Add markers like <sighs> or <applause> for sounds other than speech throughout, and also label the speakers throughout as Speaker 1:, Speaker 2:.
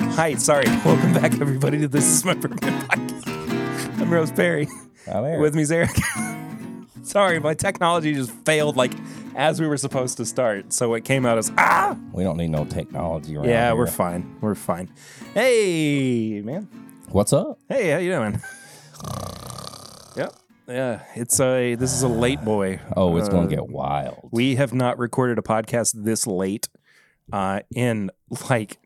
Speaker 1: height. Sorry. <laughs> Welcome back, everybody, to This Is My Permanent Podcast. I'm Rose Perry.
Speaker 2: I'm Eric.
Speaker 1: With me is Eric. <laughs> Sorry, my technology just failed like as we were supposed to start. So it came out as, ah!
Speaker 2: We don't need no technology right
Speaker 1: Yeah, we're fine. We're fine. Hey, man.
Speaker 2: What's up?
Speaker 1: Hey, how you doing? Yep. Yeah, it's a, this is a late boy. Uh,
Speaker 2: Oh, it's going to get wild.
Speaker 1: We have not recorded a podcast this late uh, in like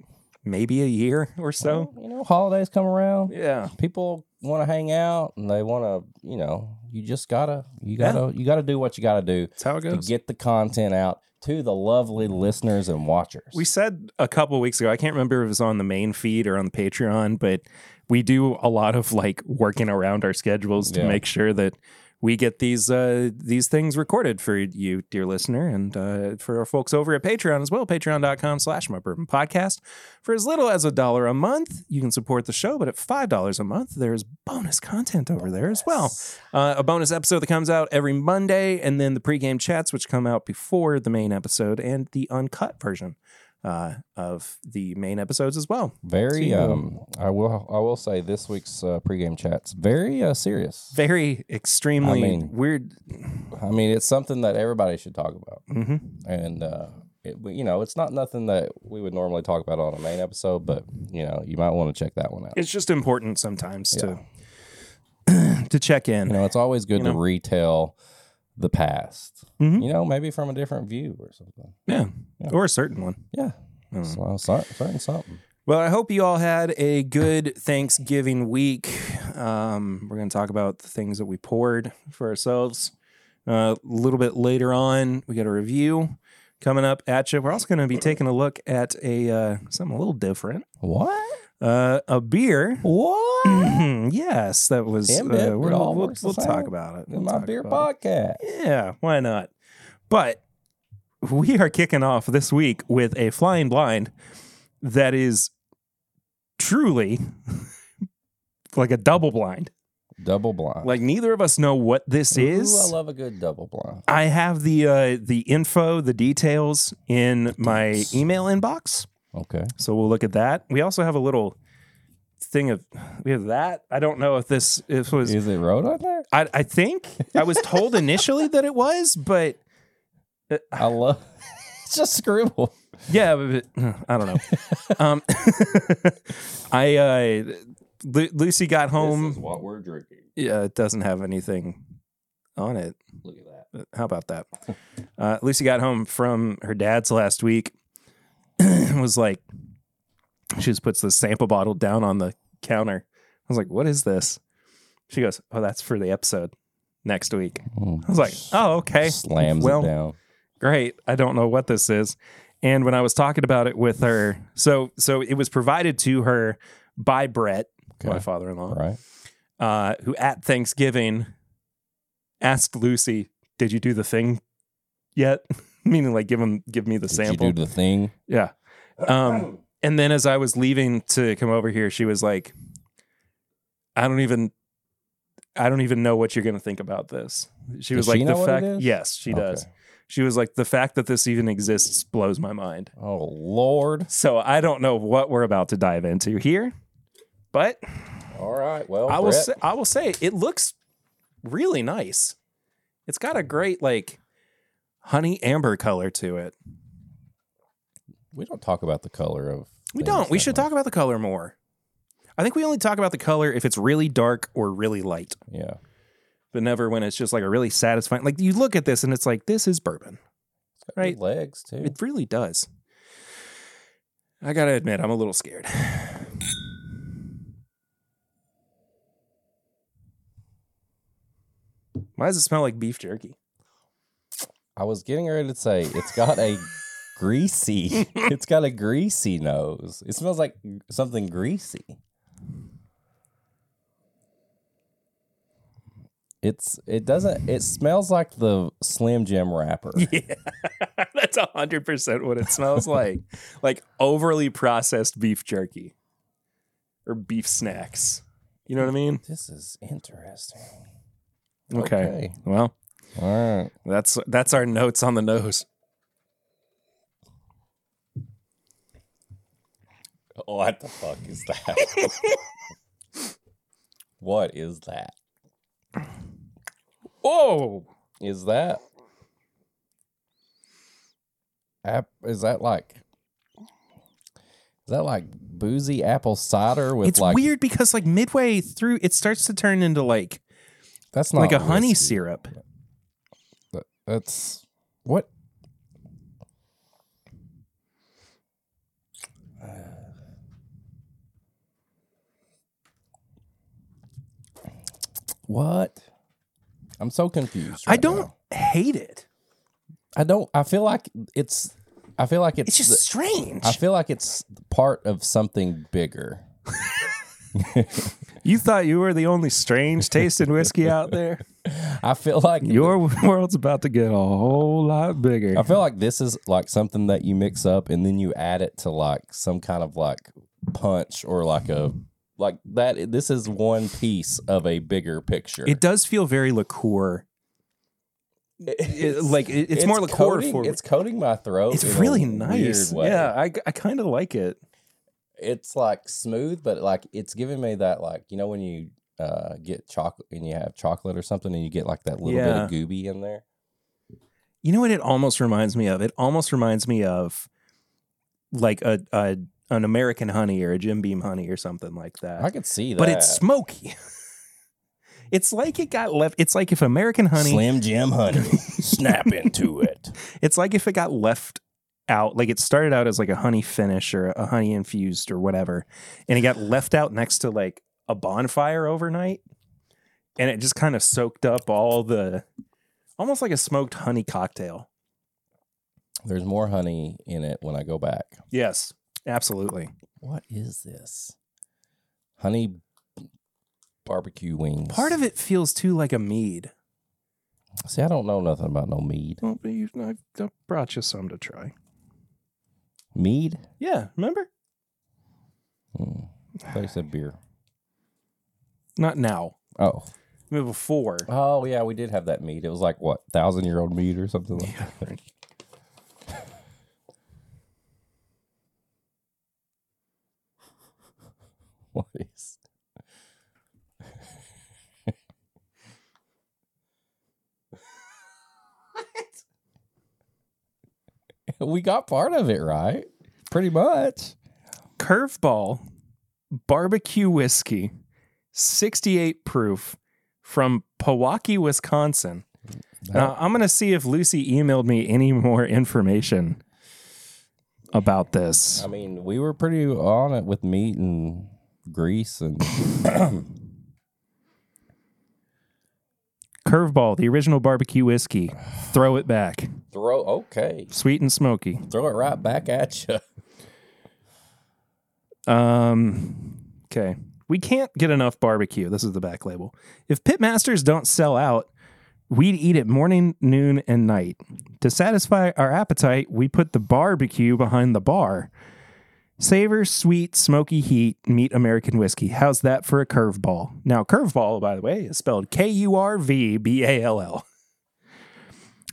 Speaker 1: maybe a year or so.
Speaker 2: you know, holidays come around.
Speaker 1: Yeah.
Speaker 2: People want to hang out and they want to, you know, you just got to you got to you got to do what you got to do
Speaker 1: That's how it
Speaker 2: to get the content out to the lovely listeners and watchers.
Speaker 1: We said a couple weeks ago, I can't remember if it was on the main feed or on the Patreon, but we do a lot of like working around our schedules to
Speaker 2: Yeah.
Speaker 1: make sure that we get these uh, these things recorded for you, dear listener, and uh, for our folks over at Patreon as well, patreon.com slash my bourbon podcast. For as little as a dollar a month, you can support the show, but at five dollars a month, there's bonus content over there as well. Uh, a bonus episode that comes out every Monday, and then the pregame chats, which come out before the main episode, and the uncut version uh, of the main episodes as well.
Speaker 2: very
Speaker 1: See, uh,
Speaker 2: um I will I will say this week's uh, pregame chats very uh, serious.
Speaker 1: Very extremely
Speaker 2: I mean-
Speaker 1: weird.
Speaker 2: I mean, it's something that everybody should talk about.
Speaker 1: hmm
Speaker 2: and uh, it, we- you know, it's not nothing that we would normally talk about on a main episode, but you know, you might want to check that one out.
Speaker 1: It's just important sometimes to <clears throat> to check in.
Speaker 2: You know, it's always good
Speaker 1: You
Speaker 2: to
Speaker 1: know.
Speaker 2: retell the past.
Speaker 1: Mhm.
Speaker 2: You know, maybe from a different view or something.
Speaker 1: yeah.
Speaker 2: Yeah.
Speaker 1: or a certain one.
Speaker 2: Yeah,
Speaker 1: Mm.
Speaker 2: so, so- certain something.
Speaker 1: Well, I hope you all had a good Thanksgiving week. Um, we're going to talk about the things that we poured for ourselves uh, a little bit later on. We got a review coming up at you. We're also going to be taking a look at a uh, something a little different,
Speaker 2: What?
Speaker 1: uh, a beer. <clears throat> Mm.
Speaker 2: What?
Speaker 1: yes, that was.
Speaker 2: Damn
Speaker 1: uh,
Speaker 2: it, it
Speaker 1: we're,
Speaker 2: all
Speaker 1: we'll,
Speaker 2: works the
Speaker 1: we'll talk
Speaker 2: same.
Speaker 1: about it. We'll
Speaker 2: In my
Speaker 1: talk
Speaker 2: beer
Speaker 1: about it.
Speaker 2: podcast.
Speaker 1: Yeah, why not? But we are kicking off this week with a flying blind that is truly <laughs> like a double blind.
Speaker 2: Double blind.
Speaker 1: Like neither of us know what this
Speaker 2: Ooh,
Speaker 1: is.
Speaker 2: I love a good double blind.
Speaker 1: I have the uh, the info, the details in my
Speaker 2: Details.
Speaker 1: email inbox.
Speaker 2: Okay.
Speaker 1: So we'll look at that. We also have a little thing of we have that. I don't know if this if it was
Speaker 2: Is it road on there?
Speaker 1: I, I think I was told initially that it was, but
Speaker 2: I love. <laughs> it's just scribble.
Speaker 1: Yeah, but, but I don't know. um, <laughs> I uh, Lu- Lucy got home.
Speaker 2: what we're drinking.
Speaker 1: Yeah, it doesn't have anything on it.
Speaker 2: Look at that.
Speaker 1: But How about that? Uh, Lucy got home from her dad's last week. <clears throat> and was like, she just puts the sample bottle down on the counter. I was like, "What is this?" She goes, "Oh, that's for the episode next week." I was like, "Oh, okay."
Speaker 2: Hmm. Slams
Speaker 1: well,
Speaker 2: it down.
Speaker 1: great. I don't know what this is. And when I was talking about it with her, so so it was provided to her by Brett, my
Speaker 2: Okay.
Speaker 1: father-in-law,
Speaker 2: Right.
Speaker 1: uh, who at Thanksgiving asked Lucy, "Did you do the thing yet?" <laughs> Meaning, like, give him give me the
Speaker 2: Did
Speaker 1: sample.
Speaker 2: you do the thing?
Speaker 1: yeah. Um, and then as I was leaving to come over here, she was like, "I don't even." I don't even know what you're going to think about this. She
Speaker 2: Does
Speaker 1: was like
Speaker 2: she
Speaker 1: the
Speaker 2: know what it
Speaker 1: fact
Speaker 2: is?
Speaker 1: yes, she does.
Speaker 2: Okay.
Speaker 1: She was like, the fact that this even exists blows my mind.
Speaker 2: Oh Lord.
Speaker 1: So I don't know what we're about to dive into here, but
Speaker 2: All right. Well,
Speaker 1: I will
Speaker 2: Brett,
Speaker 1: say, I will say it looks really nice. It's got a great like honey amber color to it.
Speaker 2: we don't talk about the color of.
Speaker 1: We
Speaker 2: things
Speaker 1: don't. We
Speaker 2: that
Speaker 1: should
Speaker 2: much.
Speaker 1: talk about the color more. I think we only talk about the color if it's really dark or really light,
Speaker 2: Yeah.
Speaker 1: but never when it's just like a really satisfying. Like you look at this and it's like this is bourbon.
Speaker 2: It's got
Speaker 1: Right.
Speaker 2: good Legs too.
Speaker 1: It really does. I gotta admit, I'm a little scared. Why does it smell like beef jerky? <laughs>
Speaker 2: I was getting ready to say it's
Speaker 1: <laughs>
Speaker 2: got a greasy. It's got a greasy nose. It smells like something greasy. It's. It doesn't. It smells like the Slim Jim wrapper.
Speaker 1: Yeah, that's hundred percent what it smells <laughs> like. like overly processed beef jerky or beef snacks. You know what I mean?
Speaker 2: This is interesting. Okay.
Speaker 1: Well,
Speaker 2: All right.
Speaker 1: that's that's our notes on the nose.
Speaker 2: What the fuck is that? <laughs> what is that?
Speaker 1: Oh,
Speaker 2: Is that app? Is that like? Is that like boozy apple cider with
Speaker 1: it's
Speaker 2: like?
Speaker 1: weird because like midway through, it starts to turn into like
Speaker 2: That's not
Speaker 1: like a honey
Speaker 2: whiskey.
Speaker 1: syrup.
Speaker 2: That- That's what. What? I'm so confused.
Speaker 1: I
Speaker 2: right
Speaker 1: don't
Speaker 2: now.
Speaker 1: hate it.
Speaker 2: I don't. I feel like it's. I feel like it's.
Speaker 1: It's just strange.
Speaker 2: I feel like it's part of something bigger.
Speaker 1: you thought you were the only strange tasting whiskey out <laughs> there.
Speaker 2: I feel like
Speaker 1: Your world's about to get a whole lot bigger.
Speaker 2: I feel like this is like something that you mix up and then you add it to like some kind of like punch or like a like that. This is one piece of a bigger picture. <laughs>
Speaker 1: It does feel very liqueur. it- like, it- it's more liqueur
Speaker 2: coating,
Speaker 1: forward.
Speaker 2: It's coating my throat.
Speaker 1: It's
Speaker 2: in a
Speaker 1: really
Speaker 2: weird
Speaker 1: nice.
Speaker 2: way.
Speaker 1: Yeah, I, I kind of like it.
Speaker 2: it's like smooth, but like it's giving me that like you know when you uh get chocolate and you have chocolate or something and you get like that little bit of gooby in there.
Speaker 1: You know what it almost reminds me of? It almost reminds me of like a, a an American honey or a Jim Beam honey or something like that.
Speaker 2: I could see that.
Speaker 1: but it's smoky. <laughs> it's like it got left. It's like if American honey.
Speaker 2: Slim Jim
Speaker 1: <laughs>
Speaker 2: honey. Snap into it.
Speaker 1: It's like if it got left out. Like it started out as like a honey finish or a honey infused or whatever, and it <sighs> got left out next to like a bonfire overnight, and it just kind of soaked up all the, almost like a smoked honey cocktail.
Speaker 2: There's more honey in it when I go back.
Speaker 1: Yes, absolutely.
Speaker 2: What is this? Honey barbecue wings.
Speaker 1: Part of it feels too like a mead.
Speaker 2: See, I don't know nothing about no mead.
Speaker 1: Well, but you- I I brought you some to try.
Speaker 2: Mead?
Speaker 1: Yeah, remember?
Speaker 2: Hmm. I thought you said beer.
Speaker 1: Not now.
Speaker 2: Oh.
Speaker 1: I mean, Before.
Speaker 2: Oh yeah, we did have that mead. It was like what, thousand year old mead or something like that. <laughs> What is <laughs> we got part of it right? Pretty much.
Speaker 1: curveball barbecue whiskey 68 proof from Pewaukee, Wisconsin. Now, I'm going to see if Lucy emailed me any more information about this.
Speaker 2: I mean, we were pretty on it with meat and grease <laughs> and
Speaker 1: Curveball, the original barbecue whiskey. Throw it back.
Speaker 2: throw. Okay,
Speaker 1: Sweet and smoky.
Speaker 2: throw it right back at you.
Speaker 1: Um, okay. We can't get enough barbecue. This is the back label. If pitmasters don't sell out, we'd eat it morning, noon, and night. To satisfy our appetite, we put the barbecue behind the bar. Savor, sweet, smoky heat, meet American whiskey. How's that for a curveball? Now, curveball, by the way, is spelled K U R V B A L L.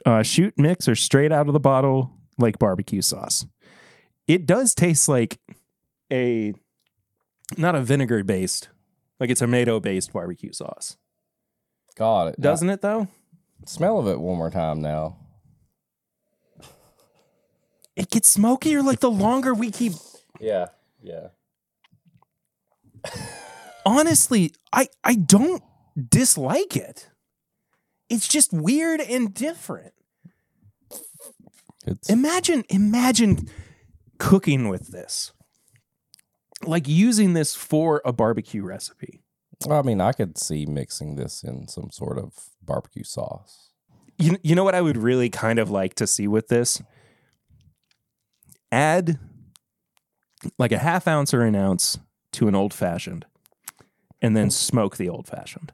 Speaker 1: Uh, shoot, mix, or straight out of the bottle like barbecue sauce. It does taste like a not a vinegar based, like a tomato based barbecue sauce.
Speaker 2: God, it
Speaker 1: Doesn't it though?
Speaker 2: smell of it one more time now.
Speaker 1: It gets smokier like the longer we keep
Speaker 2: Yeah, yeah.
Speaker 1: honestly, I I don't dislike it. It's just weird and different.
Speaker 2: It's
Speaker 1: Imagine imagine cooking with this. Like using this for a barbecue recipe.
Speaker 2: Well, I mean, I could see mixing this in some sort of barbecue sauce.
Speaker 1: You, you know what I would really kind of like to see with this? Add like a half ounce or an ounce to an old fashioned and then smoke the old fashioned.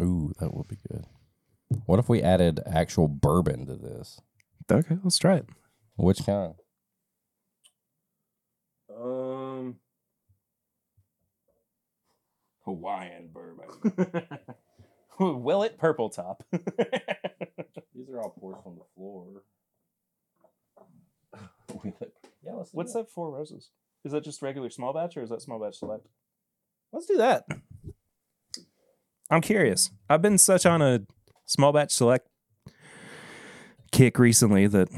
Speaker 2: Ooh, that would be good. What if we added actual bourbon to this?
Speaker 1: Okay, let's try it.
Speaker 2: Which kind?
Speaker 1: Um, Hawaiian
Speaker 2: <laughs>
Speaker 1: bourbon. <laughs> Will it purple <laughs> top?
Speaker 2: These are all poured from the <laughs> floor. yeah, let's
Speaker 1: What's that? Four roses. Is that just regular small batch or is that small batch select? Let's do that. I'm curious. I've been such on a small batch select kick recently that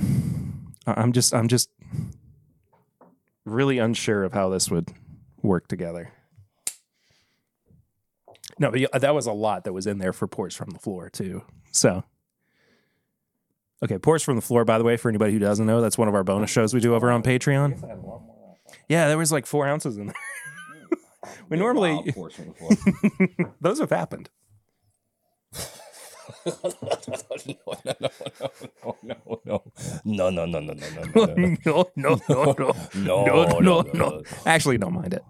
Speaker 1: I- I'm just I'm just really unsure of how this would work together. No, but yeah, that was a lot that was in there for pours from the floor too. So Okay, pours from the floor. By the way, for anybody who doesn't know, that's one of our bonus shows we do over on Patreon.
Speaker 2: I had a lot more.
Speaker 1: Yeah, there was like four ounces in there. <laughs> we normally
Speaker 2: <laughs>
Speaker 1: those have happened.
Speaker 2: no, no, no, no, no, no, no, no, no, no.
Speaker 1: no, <laughs> no, no, no,
Speaker 2: No,
Speaker 1: no, no,
Speaker 2: no,
Speaker 1: no.
Speaker 2: no.
Speaker 1: Actually, don't mind it.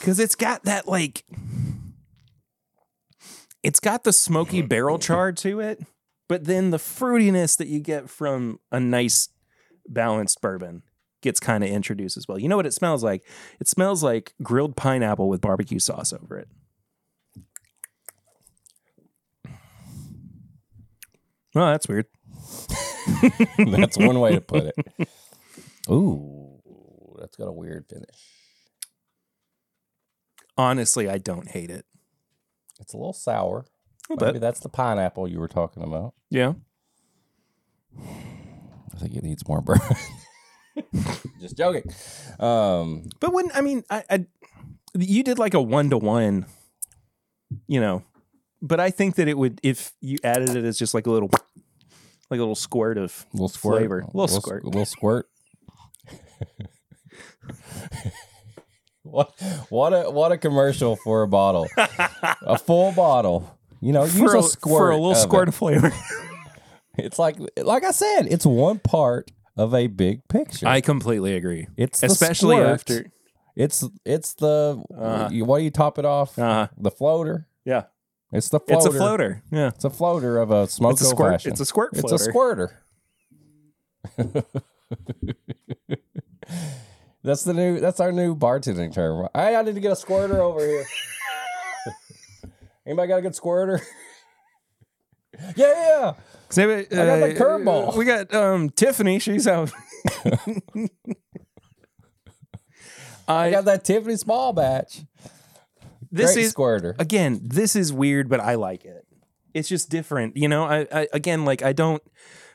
Speaker 1: Cause it's got that like it's got the smoky barrel char to it, but then the fruitiness that you get from a nice balanced bourbon gets kind of introduced as well. You know what it smells like? It smells like grilled pineapple with barbecue sauce over it. Oh, that's weird.
Speaker 2: That's one way to put it. Ooh, that's got a weird finish.
Speaker 1: Honestly, I don't hate it.
Speaker 2: It's a little sour.
Speaker 1: A little
Speaker 2: Maybe
Speaker 1: bit.
Speaker 2: that's the pineapple you were talking about.
Speaker 1: Yeah.
Speaker 2: I think it needs more burn. Just joking. Um,
Speaker 1: But when I mean I, I you did like a one to one, you know. But I think that it would if you added it as just like a little like a little squirt of
Speaker 2: little squirt.
Speaker 1: Flavor. Little
Speaker 2: squ-
Speaker 1: squirt.
Speaker 2: Little squirt. <laughs> what what a what a commercial for a bottle. a full bottle. Oh, You know, use
Speaker 1: for,
Speaker 2: a squirt
Speaker 1: for a little
Speaker 2: of it.
Speaker 1: squirt of
Speaker 2: <laughs>
Speaker 1: flavor.
Speaker 2: It's like like I said, it's one part of a big picture.
Speaker 1: I completely agree.
Speaker 2: it's the
Speaker 1: Especially
Speaker 2: squirt.
Speaker 1: after
Speaker 2: it's it's the
Speaker 1: Uh-huh.
Speaker 2: you- what do you top it off?
Speaker 1: uh
Speaker 2: The floater.
Speaker 1: yeah.
Speaker 2: It's the uh-huh, floater.
Speaker 1: It's a floater. Yeah.
Speaker 2: It's a floater of a smoke
Speaker 1: It's a squirt.
Speaker 2: Fashion.
Speaker 1: It's a squirt floater.
Speaker 2: It's a squirter. that's the new. That's our new bartending term. Hey, I need to get a squirter over here. <laughs> Anybody got a good squirter? <laughs> yeah,
Speaker 1: So, uh,
Speaker 2: got the curveball.
Speaker 1: We got um, Tiffany. She's
Speaker 2: <laughs>
Speaker 1: out.
Speaker 2: I
Speaker 1: I,
Speaker 2: got that Tiffany small batch.
Speaker 1: this
Speaker 2: Great
Speaker 1: is
Speaker 2: squirter.
Speaker 1: again, this is weird, but I like it. It's just different, you know. I, I again, like, I don't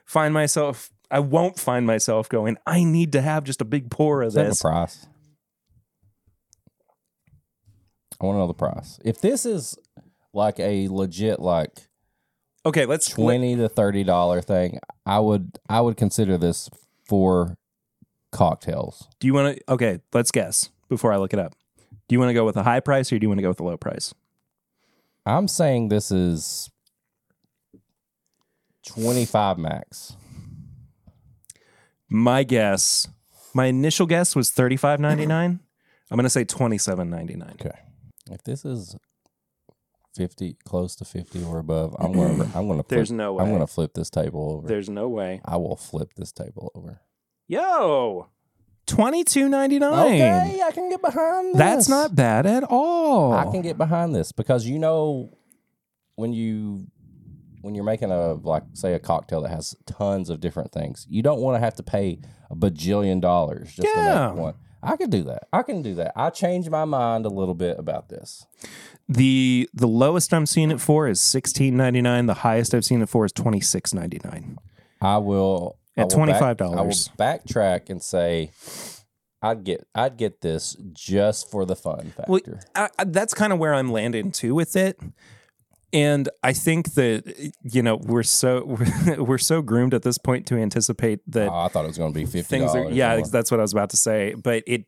Speaker 1: find myself. I won't find myself going. I need to have just a big pour of
Speaker 2: Is that
Speaker 1: this.
Speaker 2: the price? I want to know the price. If this is like a legit like
Speaker 1: Okay, let's.
Speaker 2: twenty to thirty dollar thing, I would I would consider this for cocktails.
Speaker 1: Do you want to? Okay, let's guess before I look it up. Do you want to go with a high price or do you want to go with a low price?
Speaker 2: I'm saying this is twenty five max.
Speaker 1: My guess, my initial guess was thirty five ninety nine. I'm gonna say twenty seven ninety nine.
Speaker 2: If this is fifty, close to fifty or above, I'm
Speaker 1: <clears throat>
Speaker 2: gonna I'm gonna flip,
Speaker 1: There's no way.
Speaker 2: I'm gonna flip this table over.
Speaker 1: There's no way.
Speaker 2: I will flip this table over.
Speaker 1: Yo, twenty two ninety nine.
Speaker 2: Okay, I can get behind. This.
Speaker 1: That's not bad at all.
Speaker 2: I can get behind this because you know when you when you're making a like say a cocktail that has tons of different things, you don't want to have to pay a bajillion dollars just
Speaker 1: Yeah.
Speaker 2: to make one. I can do that. I can do that. I changed my mind a little bit about this.
Speaker 1: the the lowest I'm seeing it for is sixteen ninety nine. The highest I've seen it for is twenty six ninety nine.
Speaker 2: I will I
Speaker 1: At
Speaker 2: will back-
Speaker 1: $25.
Speaker 2: I will backtrack and say I'd get I'd get this just for the fun factor.
Speaker 1: Well, I, I, that's kind of where I'm landing too with it. And I think that you know we're so <laughs> we're, so groomed at this point to anticipate that
Speaker 2: Oh, I thought it was going to be fifty
Speaker 1: things are
Speaker 2: dollars.
Speaker 1: yeah that's what i was about to say but it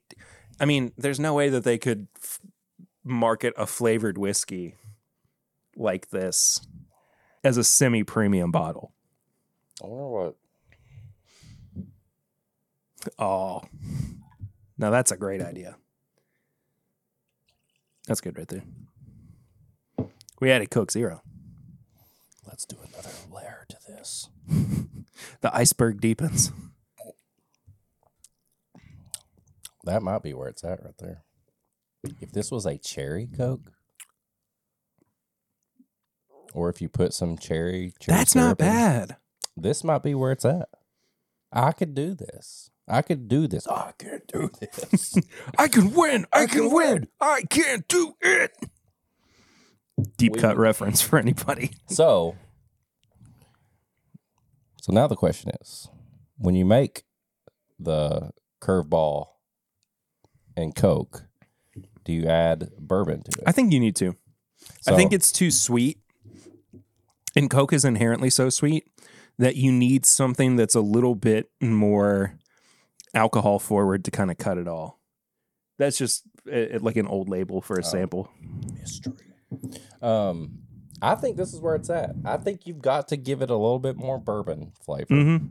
Speaker 1: i mean there's no way that they could f- market a flavored whiskey like this as a semi-premium bottle
Speaker 2: I wonder what
Speaker 1: oh now that's a great idea that's good right there we added coke zero <laughs>
Speaker 2: Let's do another layer to this.
Speaker 1: the iceberg deepens
Speaker 2: That might be where it's at right there. If this was a cherry
Speaker 1: Mm-hmm.
Speaker 2: Coke, or if you put some cherry, cherry
Speaker 1: that's not
Speaker 2: syrup in,
Speaker 1: bad
Speaker 2: This might be where it's at. I could do this. I could do this. I could do <laughs> this.
Speaker 1: I can win.
Speaker 2: I can win.
Speaker 1: I can't do it. Deep
Speaker 2: We-
Speaker 1: cut reference for anybody.
Speaker 2: so, so now the question is, when you make the curveball and Coke, do you add bourbon to
Speaker 1: I
Speaker 2: it?
Speaker 1: think you need to. I think it's too sweet. And Coke is inherently so sweet that you need something that's a little bit more alcohol forward to kind of cut it all. That's just uh, like an old label for a sample.
Speaker 2: mystery. Um, I think this is where it's at. I think you've got to give it a little bit more bourbon flavor.
Speaker 1: Mm-hmm.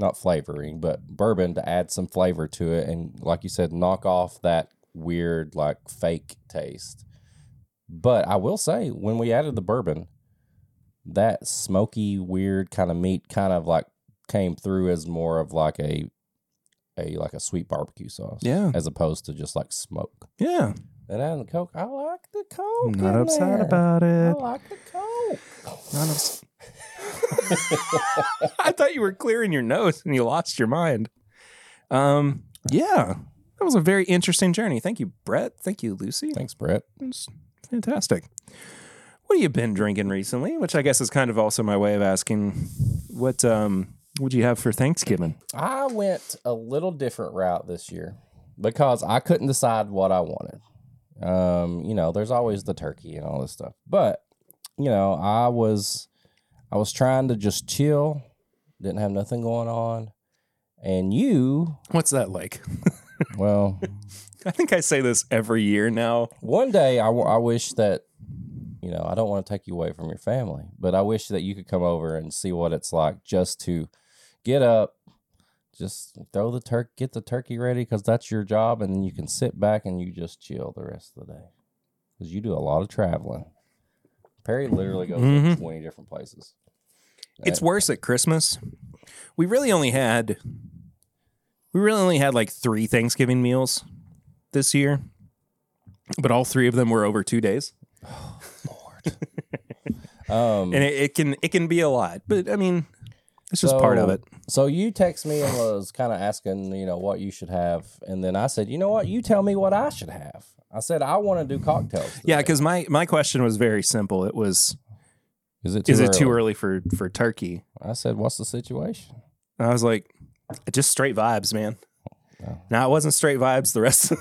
Speaker 2: not flavoring, but bourbon to add some flavor to it. And like you said, knock off that weird, like fake taste. But I will say, when we added the bourbon, that smoky, weird kind of meat kind of like came through as more of like a, a like a sweet barbecue sauce.
Speaker 1: Yeah.
Speaker 2: As opposed to just like smoke.
Speaker 1: Yeah.
Speaker 2: And adding the Coke, I like the Coke.
Speaker 1: I'm not
Speaker 2: in
Speaker 1: upset
Speaker 2: there.
Speaker 1: about
Speaker 2: I
Speaker 1: it.
Speaker 2: like the Coke.
Speaker 1: Not ups- <laughs> I thought you were clearing your nose and you lost your mind. Um, yeah, that was a very interesting journey. Thank you, Brett. Thank you, Lucy.
Speaker 2: Thanks, Brett.
Speaker 1: It's fantastic. What have you been drinking recently? Which I guess is kind of also my way of asking what um would you have for Thanksgiving?
Speaker 2: I went a little different route this year because I couldn't decide what I wanted. Um, you know, there's always the turkey and all this stuff. But, you know, I was I was trying to just chill, didn't have nothing going on. And you,
Speaker 1: What's that like?
Speaker 2: well,
Speaker 1: I think I say this every year now.
Speaker 2: one day I, w- I wish that you know i don't want to take you away from your family but i wish that you could come over and see what it's like just to get up just throw the turkey get the turkey ready because that's your job and then you can sit back and you just chill the rest of the day because you do a lot of traveling perry literally goes
Speaker 1: Mhm.
Speaker 2: to 20 different places
Speaker 1: It's worse at Christmas. We really only had we really only had like 3 Thanksgiving meals this year. But all three of them were over 2 days.
Speaker 2: um
Speaker 1: And it, it can it can be a lot. But I mean, it's just part of
Speaker 2: So-
Speaker 1: it.
Speaker 2: So you text me and was kind of asking, you know, what you should have, and then I said, you know what, you tell me what I should have. I said I want to do cocktails. today.
Speaker 1: Yeah, cuz my my question was very simple. It was
Speaker 2: is it
Speaker 1: is it too early for for turkey?
Speaker 2: I said, what's the situation? <laughs>
Speaker 1: And I was like, just straight vibes, man.
Speaker 2: Oh.
Speaker 1: No, it wasn't straight vibes. The rest, of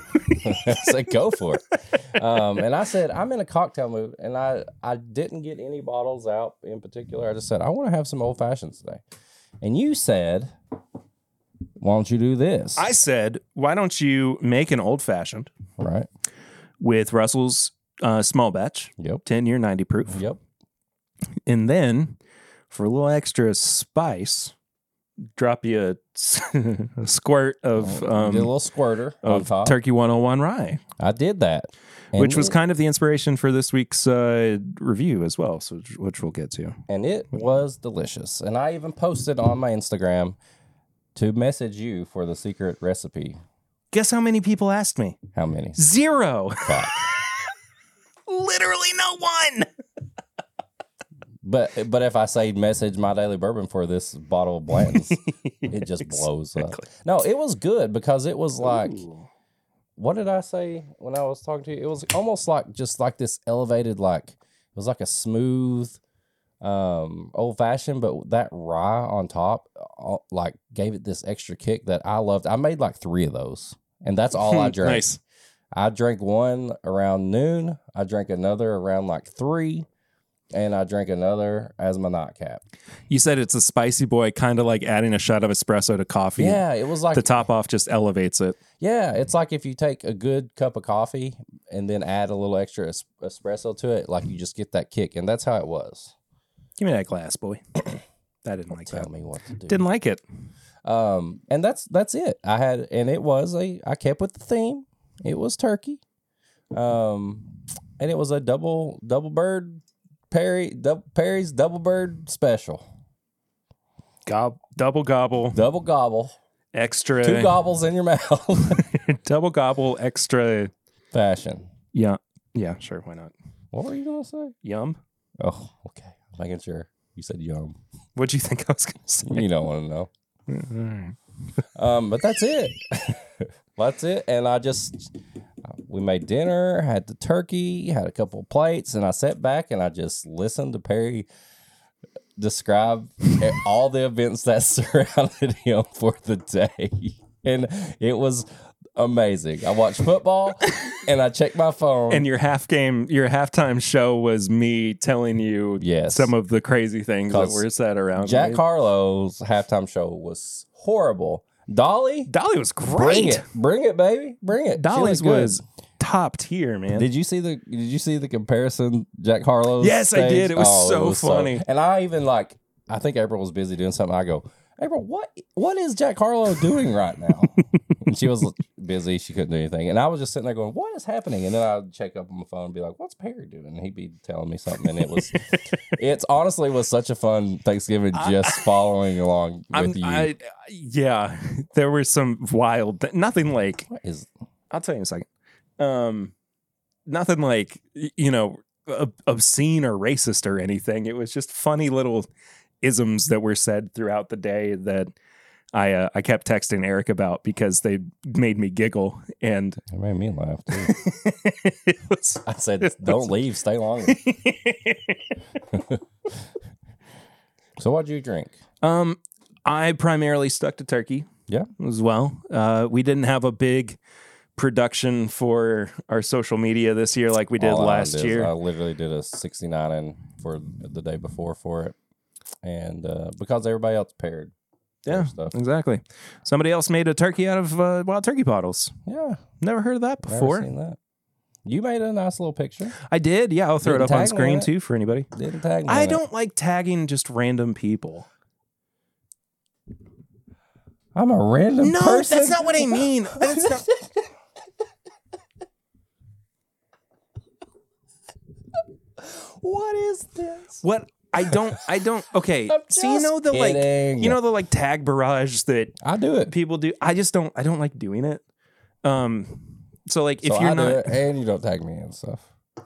Speaker 2: I said, go for it. Um, and I said, I'm in a cocktail mood, and I I didn't get any bottles out in particular. I just said I want to have some old fashions today, and you said, why don't you do this?
Speaker 1: I said, why don't you make an old fashioned
Speaker 2: right.
Speaker 1: with Russell's uh, small batch,
Speaker 2: Yep.
Speaker 1: ten year ninety proof,
Speaker 2: Yep.
Speaker 1: and then for a little extra spice, drop you a, <laughs> a squirt of
Speaker 2: Did a
Speaker 1: um,
Speaker 2: little squirter on
Speaker 1: of
Speaker 2: top.
Speaker 1: Turkey One Hundred One Rye,
Speaker 2: I did that,
Speaker 1: which
Speaker 2: And-
Speaker 1: was kind of the inspiration for this week's uh, review as well. So, which we'll get to.
Speaker 2: and it was delicious. And I even posted on my Instagram to message you for the secret recipe.
Speaker 1: Guess how many people asked me?
Speaker 2: How many? <laughs>
Speaker 1: Zero.
Speaker 2: Fuck.
Speaker 1: Literally no one.
Speaker 2: But but if I say message my daily bourbon for this bottle
Speaker 1: <laughs>
Speaker 2: of Blanton's, it just blows
Speaker 1: exactly.
Speaker 2: up. No, it was good because it was like what did I say when I was talking to you? It was almost like just like this elevated, like it was like a smooth, um, old fashioned, but that rye on top, uh, like gave it this extra kick that I loved. I made like three of those, and that's
Speaker 1: <laughs>
Speaker 2: all I drank.
Speaker 1: Hmm, Nice.
Speaker 2: I drank one around noon. I drank another around like three, and I drank another as my nightcap.
Speaker 1: You said it's a spicy boy, kind of like adding a shot of espresso to coffee.
Speaker 2: Yeah, it was like
Speaker 1: The top off just elevates it.
Speaker 2: Yeah, it's like if you take a good cup of coffee and then add a little extra es- espresso to it, like you just get that kick, and that's how it was.
Speaker 1: Give me that glass,
Speaker 2: <coughs>
Speaker 1: boy. I didn't like
Speaker 2: Tell
Speaker 1: that.
Speaker 2: me what to do.
Speaker 1: Didn't like it.
Speaker 2: um, and that's that's it. I had, and it was a. I kept with the theme. It was turkey, um, and it was a double double bird Perry dou- Perry's double bird special.
Speaker 1: Gob- double gobble,
Speaker 2: Double gobble,
Speaker 1: extra.
Speaker 2: two gobbles in your <laughs>
Speaker 1: <laughs>
Speaker 2: mouth.
Speaker 1: double gobble, extra.
Speaker 2: Fashion.
Speaker 1: Yeah. Yeah, sure. Why not?
Speaker 2: What were you gonna say?
Speaker 1: Yum.
Speaker 2: Oh, okay. Making sure you said yum.
Speaker 1: What'd you think I was going to say?
Speaker 2: You don't want to know. Um, but that's it. <laughs> that's it. And I just we made dinner, had the turkey, had a couple plates, and I sat back and I just listened to Perry describe e-, all the events that <laughs> surrounded him for the day. <laughs> And it was amazing. I watched football and I checked my phone.
Speaker 1: And your half game, your halftime show was me telling you
Speaker 2: Yes.
Speaker 1: some of the crazy things that
Speaker 2: 'Cause
Speaker 1: were said around.
Speaker 2: Jack
Speaker 1: me.
Speaker 2: Harlow's halftime show was horrible. Dolly,
Speaker 1: Dolly was great.
Speaker 2: bring it, bring it, baby, bring it. She
Speaker 1: Dolly's
Speaker 2: good.
Speaker 1: was top tier, man.
Speaker 2: Did you see the Did you see the comparison Jack Harlow? Oh,
Speaker 1: Yes, I did. It was so funny.
Speaker 2: and I even like. I think April was busy doing something. I go, April, what What is Jack Harlow doing
Speaker 1: <laughs>
Speaker 2: right now? and she was busy. She couldn't do anything. And I was just sitting there going, What is happening? And then I'd check up on my phone and be like, What's Perry doing? And he'd be telling me something. And
Speaker 1: <laughs>
Speaker 2: it was, it's honestly was such a fun Thanksgiving just following along with
Speaker 1: <laughs> I'm,
Speaker 2: you.
Speaker 1: I, yeah, <laughs> there were some wild, th- nothing like
Speaker 2: what is
Speaker 1: I'll tell you in a second. Um, nothing like y- you know ob- obscene or racist or anything. It was just funny little isms that were said throughout the day that I uh, I kept texting Eric about because they made me giggle and <laughs>
Speaker 2: it made me laugh too.
Speaker 1: it was <laughs>
Speaker 2: I said, Don't leave, stay longer. So what'd you drink?
Speaker 1: um I primarily stuck to turkey.
Speaker 2: Yeah.
Speaker 1: as well. Uh, we didn't have a big production for our social media this year like we did
Speaker 2: All I
Speaker 1: last
Speaker 2: did is uh,
Speaker 1: year.
Speaker 2: I literally did a 69 and for the day before for it. And uh, because everybody else paired. their
Speaker 1: Yeah,
Speaker 2: Stuff.
Speaker 1: Exactly. Somebody else made a turkey out of uh, wild turkey bottles.
Speaker 2: Yeah.
Speaker 1: Never heard of that
Speaker 2: Never
Speaker 1: before.
Speaker 2: seen that. You made a nice little picture.
Speaker 1: I did. Yeah, I'll throw
Speaker 2: Didn't
Speaker 1: it up on
Speaker 2: tag me
Speaker 1: screen
Speaker 2: in it?
Speaker 1: too for anybody.
Speaker 2: Didn't tag me.
Speaker 1: I
Speaker 2: in it.
Speaker 1: don't like tagging just random people.
Speaker 2: I'm a random
Speaker 1: No,
Speaker 2: person.
Speaker 1: that's not what I
Speaker 2: <laughs>
Speaker 1: mean. That's not-
Speaker 2: what is this?
Speaker 1: what I don't. I don't. Okay.
Speaker 2: I'm
Speaker 1: So you
Speaker 2: just
Speaker 1: know the like.
Speaker 2: kidding.
Speaker 1: You know the like tag barrage that
Speaker 2: I do it.
Speaker 1: people do. I just don't. I don't like doing it. Um. So like, if
Speaker 2: So
Speaker 1: you're
Speaker 2: I do
Speaker 1: not,
Speaker 2: it, and you don't tag me in stuff. <laughs>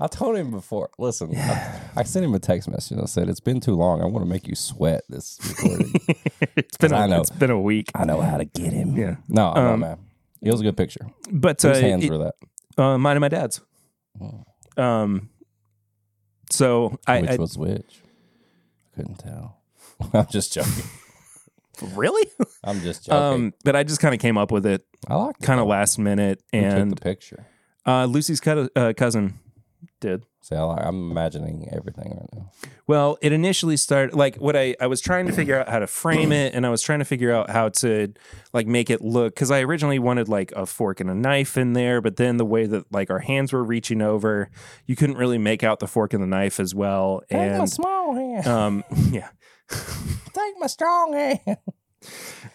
Speaker 2: I told him before. Listen,
Speaker 1: <sighs>
Speaker 2: I, I sent him a text message. and I said, "It's been too long. I want to make you sweat this recording."
Speaker 1: <laughs> it's been.
Speaker 2: I
Speaker 1: A,
Speaker 2: know.
Speaker 1: it's been a week.
Speaker 2: I know how to get him.
Speaker 1: Yeah.
Speaker 2: No, I
Speaker 1: Um,
Speaker 2: know, man. It was a good picture.
Speaker 1: But uh,
Speaker 2: Whose hands
Speaker 1: it-
Speaker 2: were that?
Speaker 1: uh, mine and my dad's.
Speaker 2: Oh.
Speaker 1: Um. So I,
Speaker 2: which
Speaker 1: I
Speaker 2: was which? I couldn't tell. <laughs> I'm just joking.
Speaker 1: <laughs> really.
Speaker 2: I'm just joking.
Speaker 1: Um, but I just kind of came up with it
Speaker 2: I like
Speaker 1: kind of last minute,
Speaker 2: Oh. took
Speaker 1: and
Speaker 2: the picture.
Speaker 1: uh, Lucy's cou- uh, cousin did.
Speaker 2: See, I like, I'm imagining everything right now.
Speaker 1: Well, it initially started like what I I was trying to figure out how to frame it, and I was trying to figure out how to like make it look because I originally wanted like a fork and a knife in there, but then the way that like our hands were reaching over, you couldn't really make out the fork and the knife as well,
Speaker 2: Take my
Speaker 1: and
Speaker 2: small hand.
Speaker 1: um <laughs> yeah
Speaker 2: <laughs> Take my strong hand.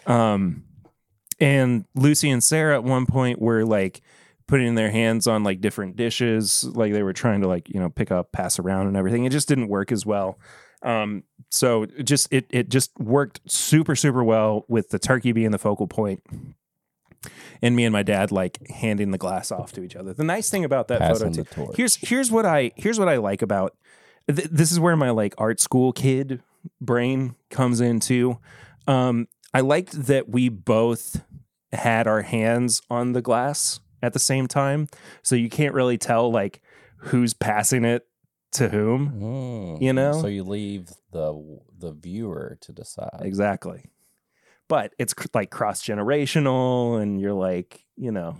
Speaker 1: um and lucy and sarah at one point were like putting their hands on like different dishes like they were trying to like you know pick up pass around and everything it just didn't work as well um so it just it it just worked super super well with the turkey being the focal point and me and my dad like handing the glass off to each other the nice thing about that photo
Speaker 2: Passing
Speaker 1: too,
Speaker 2: the torch.
Speaker 1: here's here's what I here's what I like about th- this is where my like art school kid brain comes into. Um, I liked that we both had our hands on the glass at the same time, so you can't really tell like who's passing it to whom.
Speaker 2: Mm.
Speaker 1: You know?
Speaker 2: so you leave the the viewer to decide.
Speaker 1: Exactly. But it's cr- like cross generational, and you're like, you know,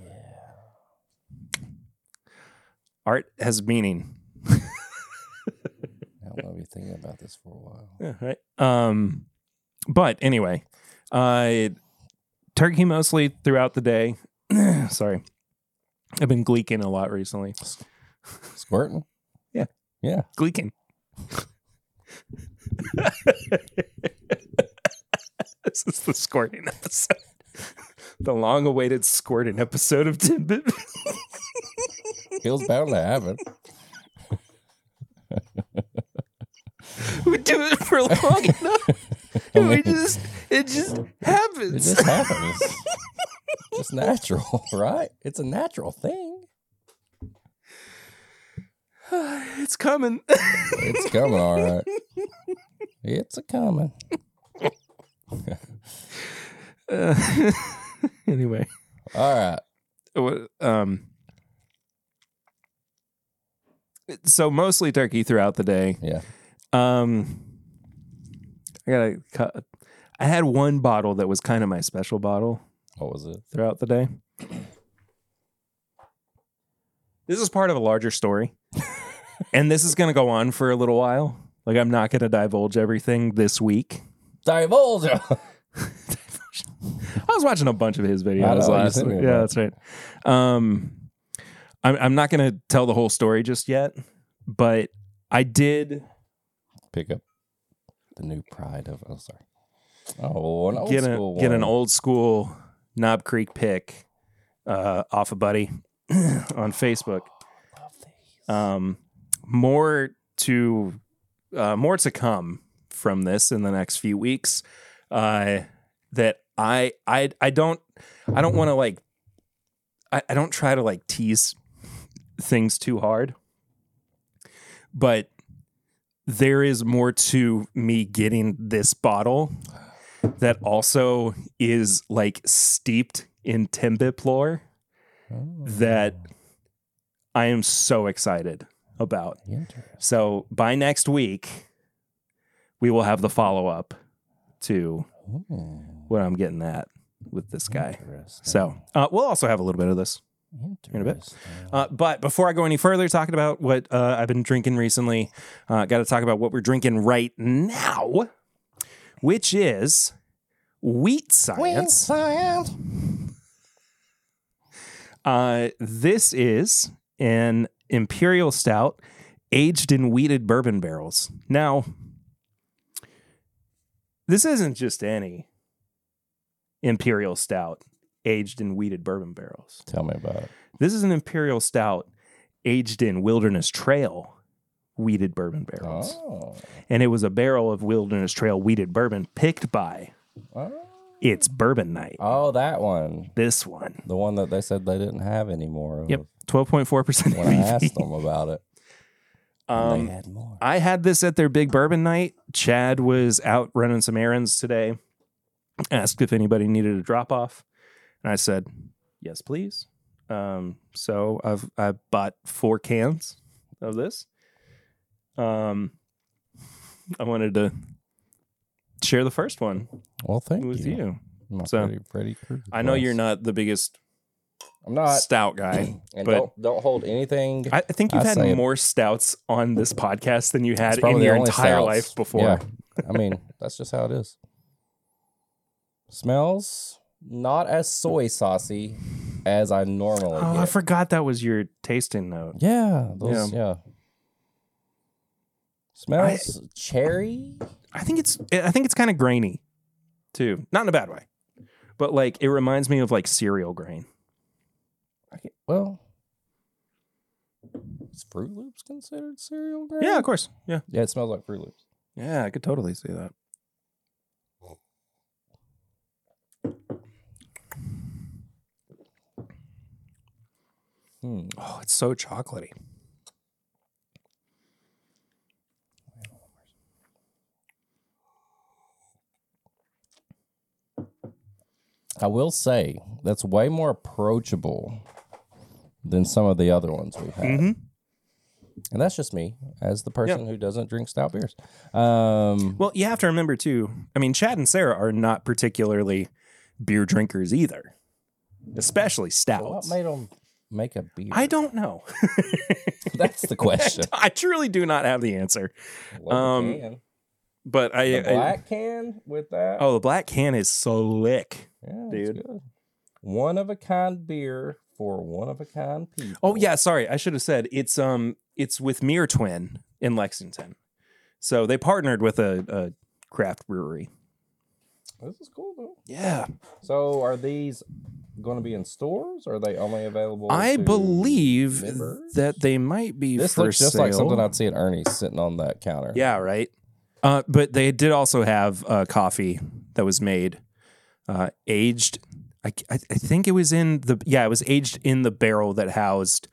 Speaker 1: art has meaning.
Speaker 2: I don't know. Be thinking about this for a while.
Speaker 1: Yeah, right. Um, but anyway, uh, turkey mostly throughout the day. <clears throat> Sorry, I've been gleeking a lot recently.
Speaker 2: Squirting.
Speaker 1: Gleeking. <laughs> this is the squirting episode, the long-awaited squirting episode of Timbit.
Speaker 2: It was bound to happen.
Speaker 1: we do it for long <laughs> enough, and we just Oh, it just
Speaker 2: It
Speaker 1: <laughs> happens. <sighs>
Speaker 2: just happens. it's natural, <laughs> right? It's a natural thing.
Speaker 1: it's coming.
Speaker 2: It's coming, all right. It's a coming.
Speaker 1: Uh, anyway,
Speaker 2: All right.
Speaker 1: Wha- um, so mostly turkey throughout the day.
Speaker 2: Yeah.
Speaker 1: Um, I gotta cut. I had one bottle that was kind of my special bottle
Speaker 2: What was it?
Speaker 1: throughout the day. This is part of a larger story, and this is gonna go on for a little while. Like I'm not gonna divulge everything this week.
Speaker 2: Divulge.
Speaker 1: I was watching a bunch of his
Speaker 2: I know,
Speaker 1: videos
Speaker 2: you
Speaker 1: last
Speaker 2: sent me
Speaker 1: week.
Speaker 2: a
Speaker 1: Yeah,
Speaker 2: bunch.
Speaker 1: that's right. Um, I'm, I'm not going to tell the whole story just yet, but I did
Speaker 2: <laughs> Pick up the new pride of. Oh, sorry. Oh, an old
Speaker 1: get, a,
Speaker 2: school
Speaker 1: get an
Speaker 2: one.
Speaker 1: old school Knob Creek pick uh, off a buddy <clears throat> on Facebook.
Speaker 2: Love these.
Speaker 1: Um, more to uh, more to come from this in the next few weeks. Uh, that I I I don't I don't want to like I, I don't try to like tease things too hard, but there is more to me getting this bottle that also is like steeped in Timbit lore
Speaker 2: Oh,
Speaker 1: that I am so excited about.
Speaker 2: interesting.
Speaker 1: So by next week, we will have the follow up to
Speaker 2: Ooh,
Speaker 1: what I'm getting at with this
Speaker 2: Mm-hmm.
Speaker 1: guy.
Speaker 2: hmm. interesting.
Speaker 1: So uh, we'll also have a little bit of this.
Speaker 2: Interesting.
Speaker 1: in a bit. Uh, but before I go any further, talking about what uh, I've been drinking recently, uh, got to talk about what we're drinking right now, which is wheat science.
Speaker 2: science.
Speaker 1: Uh, this is an imperial stout aged in wheated bourbon barrels. Now, this isn't just any imperial stout aged in wheated bourbon barrels.
Speaker 2: Tell me about it.
Speaker 1: This is an imperial stout aged in Wilderness Trail wheated bourbon barrels.
Speaker 2: Oh.
Speaker 1: And it was a barrel of Wilderness Trail wheated bourbon picked by
Speaker 2: Oh.
Speaker 1: It's Bourbon Night.
Speaker 2: Oh, that one.
Speaker 1: This one.
Speaker 2: The one that they said they didn't have anymore. of
Speaker 1: Yep. 12.4%
Speaker 2: When I asked
Speaker 1: ABV.
Speaker 2: them about it,
Speaker 1: <laughs>
Speaker 2: and
Speaker 1: Um,
Speaker 2: they had more.
Speaker 1: I had this at their big bourbon night. Chad was out running some errands today, asked if anybody needed a drop off. And I said, yes, please. Um, so I've, I bought four cans of this. Um, I wanted to share the first one
Speaker 2: Well, thank
Speaker 1: with
Speaker 2: you.
Speaker 1: you.
Speaker 2: My
Speaker 1: So,
Speaker 2: pretty, pretty crew
Speaker 1: I know you're
Speaker 2: request.
Speaker 1: not the biggest
Speaker 2: I'm not.
Speaker 1: stout
Speaker 2: <clears throat>
Speaker 1: guy. <clears throat>
Speaker 2: and
Speaker 1: but-
Speaker 2: don't don't hold anything.
Speaker 1: I I think you've
Speaker 2: I say
Speaker 1: had
Speaker 2: it.
Speaker 1: more stouts on this podcast than you
Speaker 2: It's
Speaker 1: had in
Speaker 2: probably
Speaker 1: your
Speaker 2: the only
Speaker 1: entire
Speaker 2: stouts.
Speaker 1: life before.
Speaker 2: Yeah. I mean, that's just how it is. Smells not as soy saucy as I normally
Speaker 1: Oh, I
Speaker 2: get.
Speaker 1: forgot that was your tasting note.
Speaker 2: yeah, those, yeah. Smells cherry.
Speaker 1: I think it's I think it's kind of grainy, too. Not in a bad way, but like it reminds me of like cereal grain.
Speaker 2: I can't- well, is Fruit Loops considered cereal grain?
Speaker 1: Yeah, of course. Yeah,
Speaker 2: Yeah, it smells like Fruit Loops.
Speaker 1: yeah, I could totally see that.
Speaker 2: Hmm.
Speaker 1: Oh, it's so chocolatey.
Speaker 2: I will say that's way more approachable than some of the other ones we've had.
Speaker 1: Mm-hmm.
Speaker 2: And that's just me as the person who doesn't drink stout beers. Um,
Speaker 1: Well, you have to remember too. I mean, Chad and Sarah are not particularly beer drinkers either, especially
Speaker 2: what
Speaker 1: stouts.
Speaker 2: made them make a beer?
Speaker 1: I don't know.
Speaker 2: <laughs>
Speaker 1: <laughs>
Speaker 2: that's the <laughs> question.
Speaker 1: I truly do not have the answer.
Speaker 2: Love
Speaker 1: Um,
Speaker 2: the can.
Speaker 1: But I,
Speaker 2: The
Speaker 1: I-
Speaker 2: black can with that.
Speaker 1: oh, the black can is slick.
Speaker 2: yeah,
Speaker 1: dude.
Speaker 2: dude. One of a kind beer for one of a kind people.
Speaker 1: Oh yeah, sorry. I should have said it's um it's with Mere Twin in Lexington. So they partnered with a, a craft brewery.
Speaker 2: This is cool though.
Speaker 1: Yeah.
Speaker 2: So are these going to be in stores? Or are they only available?
Speaker 1: I
Speaker 2: to
Speaker 1: believe
Speaker 2: members?
Speaker 1: that they might be
Speaker 2: This
Speaker 1: for
Speaker 2: looks just
Speaker 1: sale.
Speaker 2: like something I'd see at Ernie's sitting on that counter.
Speaker 1: Yeah, right. Uh, but they did also have uh, coffee that was made uh, aged. I, I I think it was in the yeah it was aged in the barrel that housed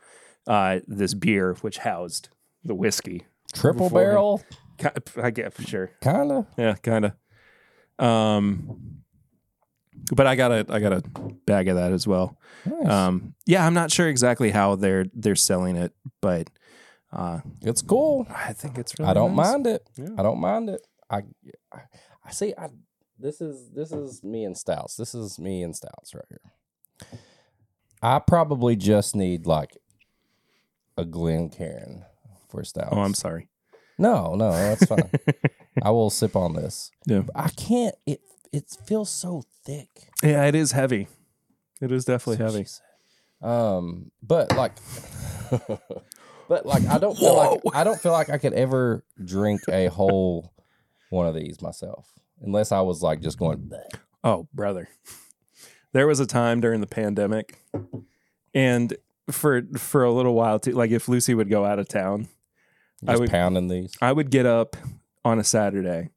Speaker 1: uh, this beer, which housed the whiskey.
Speaker 2: Triple
Speaker 1: Before-
Speaker 2: barrel,
Speaker 1: Ki- I guess sure.
Speaker 2: kind of.
Speaker 1: Yeah, kind of. Um, but I got a I got a bag of that as well.
Speaker 2: Nice.
Speaker 1: Um, yeah, I'm not sure exactly how they're they're selling it, but uh,
Speaker 2: it's cool.
Speaker 1: I think it's really
Speaker 2: I don't
Speaker 1: nice.
Speaker 2: mind it.
Speaker 1: Yeah.
Speaker 2: I don't mind it. I, I, I see. I this is this is me and Stouts. This is me and Stouts right here. I probably just need like a Glen Cairn for Stouts.
Speaker 1: Oh, I'm sorry.
Speaker 2: no, no,
Speaker 1: <laughs>
Speaker 2: that's fine. I will sip on this.
Speaker 1: Yeah.
Speaker 2: But I can't. It it feels so thick.
Speaker 1: Yeah, it is heavy. It is definitely
Speaker 2: That's what
Speaker 1: heavy.
Speaker 2: she said. Um, but like, <laughs> but like, I don't feel like I don't feel like I could ever drink a whole one of these myself, unless I was like just going. "Bleh."
Speaker 1: Oh, brother. There was a time during the pandemic and for for a little while too, like if Lucy would go out of town, I
Speaker 2: Just
Speaker 1: would-
Speaker 2: pounding these.
Speaker 1: I would get up on a Saturday.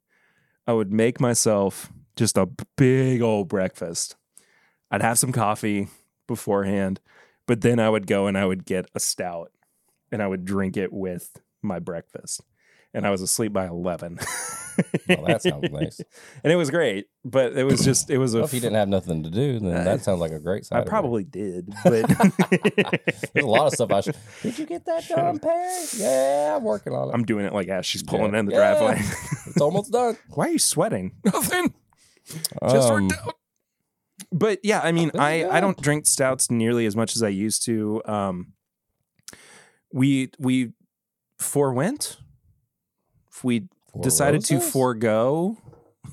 Speaker 1: I would make myself just a big old breakfast. I'd have some coffee beforehand, but then I would go and I would get a stout and I would drink it with my breakfast. And I was asleep by 11.
Speaker 2: Well, that
Speaker 1: <laughs>
Speaker 2: sounds nice.
Speaker 1: and it was great, but it was just, it was a.
Speaker 2: Well, if you didn't have nothing to do, then
Speaker 1: Uh,
Speaker 2: that sounds like a great
Speaker 1: I
Speaker 2: side.
Speaker 1: probably did, but
Speaker 2: <laughs> There's a lot of stuff I should.
Speaker 1: <laughs>
Speaker 2: Did you get that done, Perry? Yeah, I'm working on it.
Speaker 1: I'm doing it like as she's pulling
Speaker 2: Yeah.
Speaker 1: in the
Speaker 2: Yeah.
Speaker 1: driveway.
Speaker 2: It's almost done.
Speaker 1: <laughs> Why are you sweating? Nothing. Just
Speaker 2: Um,
Speaker 1: worked out. But yeah, I mean,
Speaker 2: This is
Speaker 1: I, I
Speaker 2: Oh, good.
Speaker 1: don't drink stouts nearly as much as I used to. Um, we we forewent. We
Speaker 2: Four
Speaker 1: decided to
Speaker 2: roses?
Speaker 1: forego.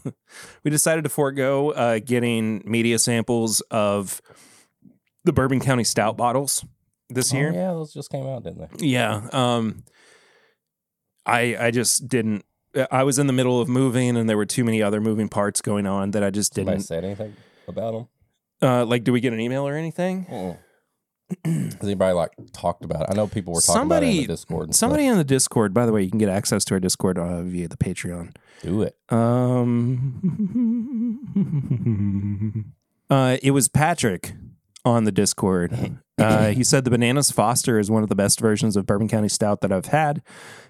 Speaker 1: <laughs> we decided to forego uh, getting media samples of the Bourbon County Stout bottles this
Speaker 2: Oh,
Speaker 1: year.
Speaker 2: yeah, those just came out, didn't they?
Speaker 1: Yeah. Um I I just didn't I was in the middle of moving and there were too many other moving parts going on that I just
Speaker 2: Did Somebody
Speaker 1: didn't
Speaker 2: say anything about them?
Speaker 1: uh like do we get an email or anything?
Speaker 2: Mm-mm. <clears throat> Has anybody like talked about it? I know people were talking about it
Speaker 1: Somebody-
Speaker 2: in the Discord. And
Speaker 1: Somebody in the Discord, by the way, you can get access to our Discord uh, via the Patreon.
Speaker 2: stuff. do it.
Speaker 1: Um <laughs> uh it was Patrick on the Discord.
Speaker 2: <laughs>
Speaker 1: Uh, he said the bananas Foster is one of the best versions of Bourbon County Stout that I've had.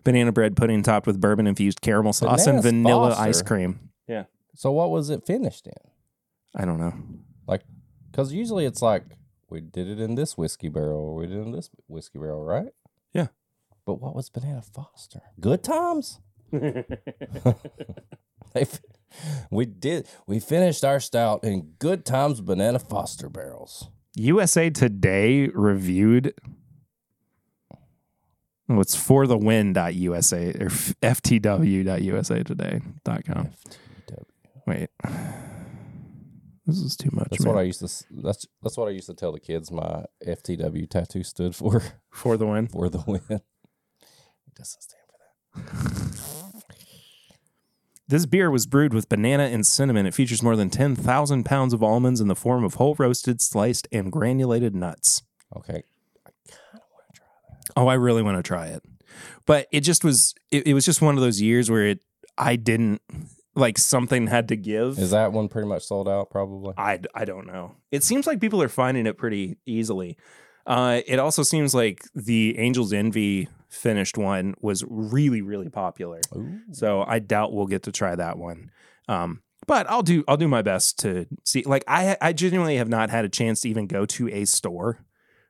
Speaker 1: Banana bread pudding topped with bourbon infused caramel sauce
Speaker 2: Bananas
Speaker 1: and vanilla
Speaker 2: Foster?
Speaker 1: ice cream.
Speaker 2: So what was it finished in?
Speaker 1: I don't know.
Speaker 2: Because usually it's like we did it in this whiskey barrel or we did it in this whiskey barrel, right?
Speaker 1: Yeah.
Speaker 2: But what was Banana Foster? Good <laughs> times. They fi- we did. We finished our stout in Good Times Banana Foster barrels.
Speaker 1: USA Today reviewed. Oh, it's for the win.usa or f- ftw.usatoday.com.
Speaker 2: FTW.
Speaker 1: Wait. <sighs> This is too much.
Speaker 2: That's
Speaker 1: man.
Speaker 2: what I used to. s- That's that's what I used to tell the kids. My FTW tattoo stood for. <laughs>
Speaker 1: for the win.
Speaker 2: for the win. It doesn't stand for that.
Speaker 1: This beer was brewed with banana and cinnamon. It features more than 10,000 pounds of almonds in the form of whole roasted, sliced, and granulated nuts.
Speaker 2: Okay. I kind of want to try
Speaker 1: Oh, I really want to try it. But it just was it, it was just one of those years where it I didn't like something had to give.
Speaker 2: that. Is that one pretty much sold out? Probably.
Speaker 1: I I don't know. It seems like people are finding it pretty easily. Uh, it also seems like the Angels Envy finished one was really really popular.
Speaker 2: Ooh.
Speaker 1: Uh, So I doubt we'll get to try that one. Um, but I'll do I'll do my best to see. Like I I genuinely have not had a chance to even go to a store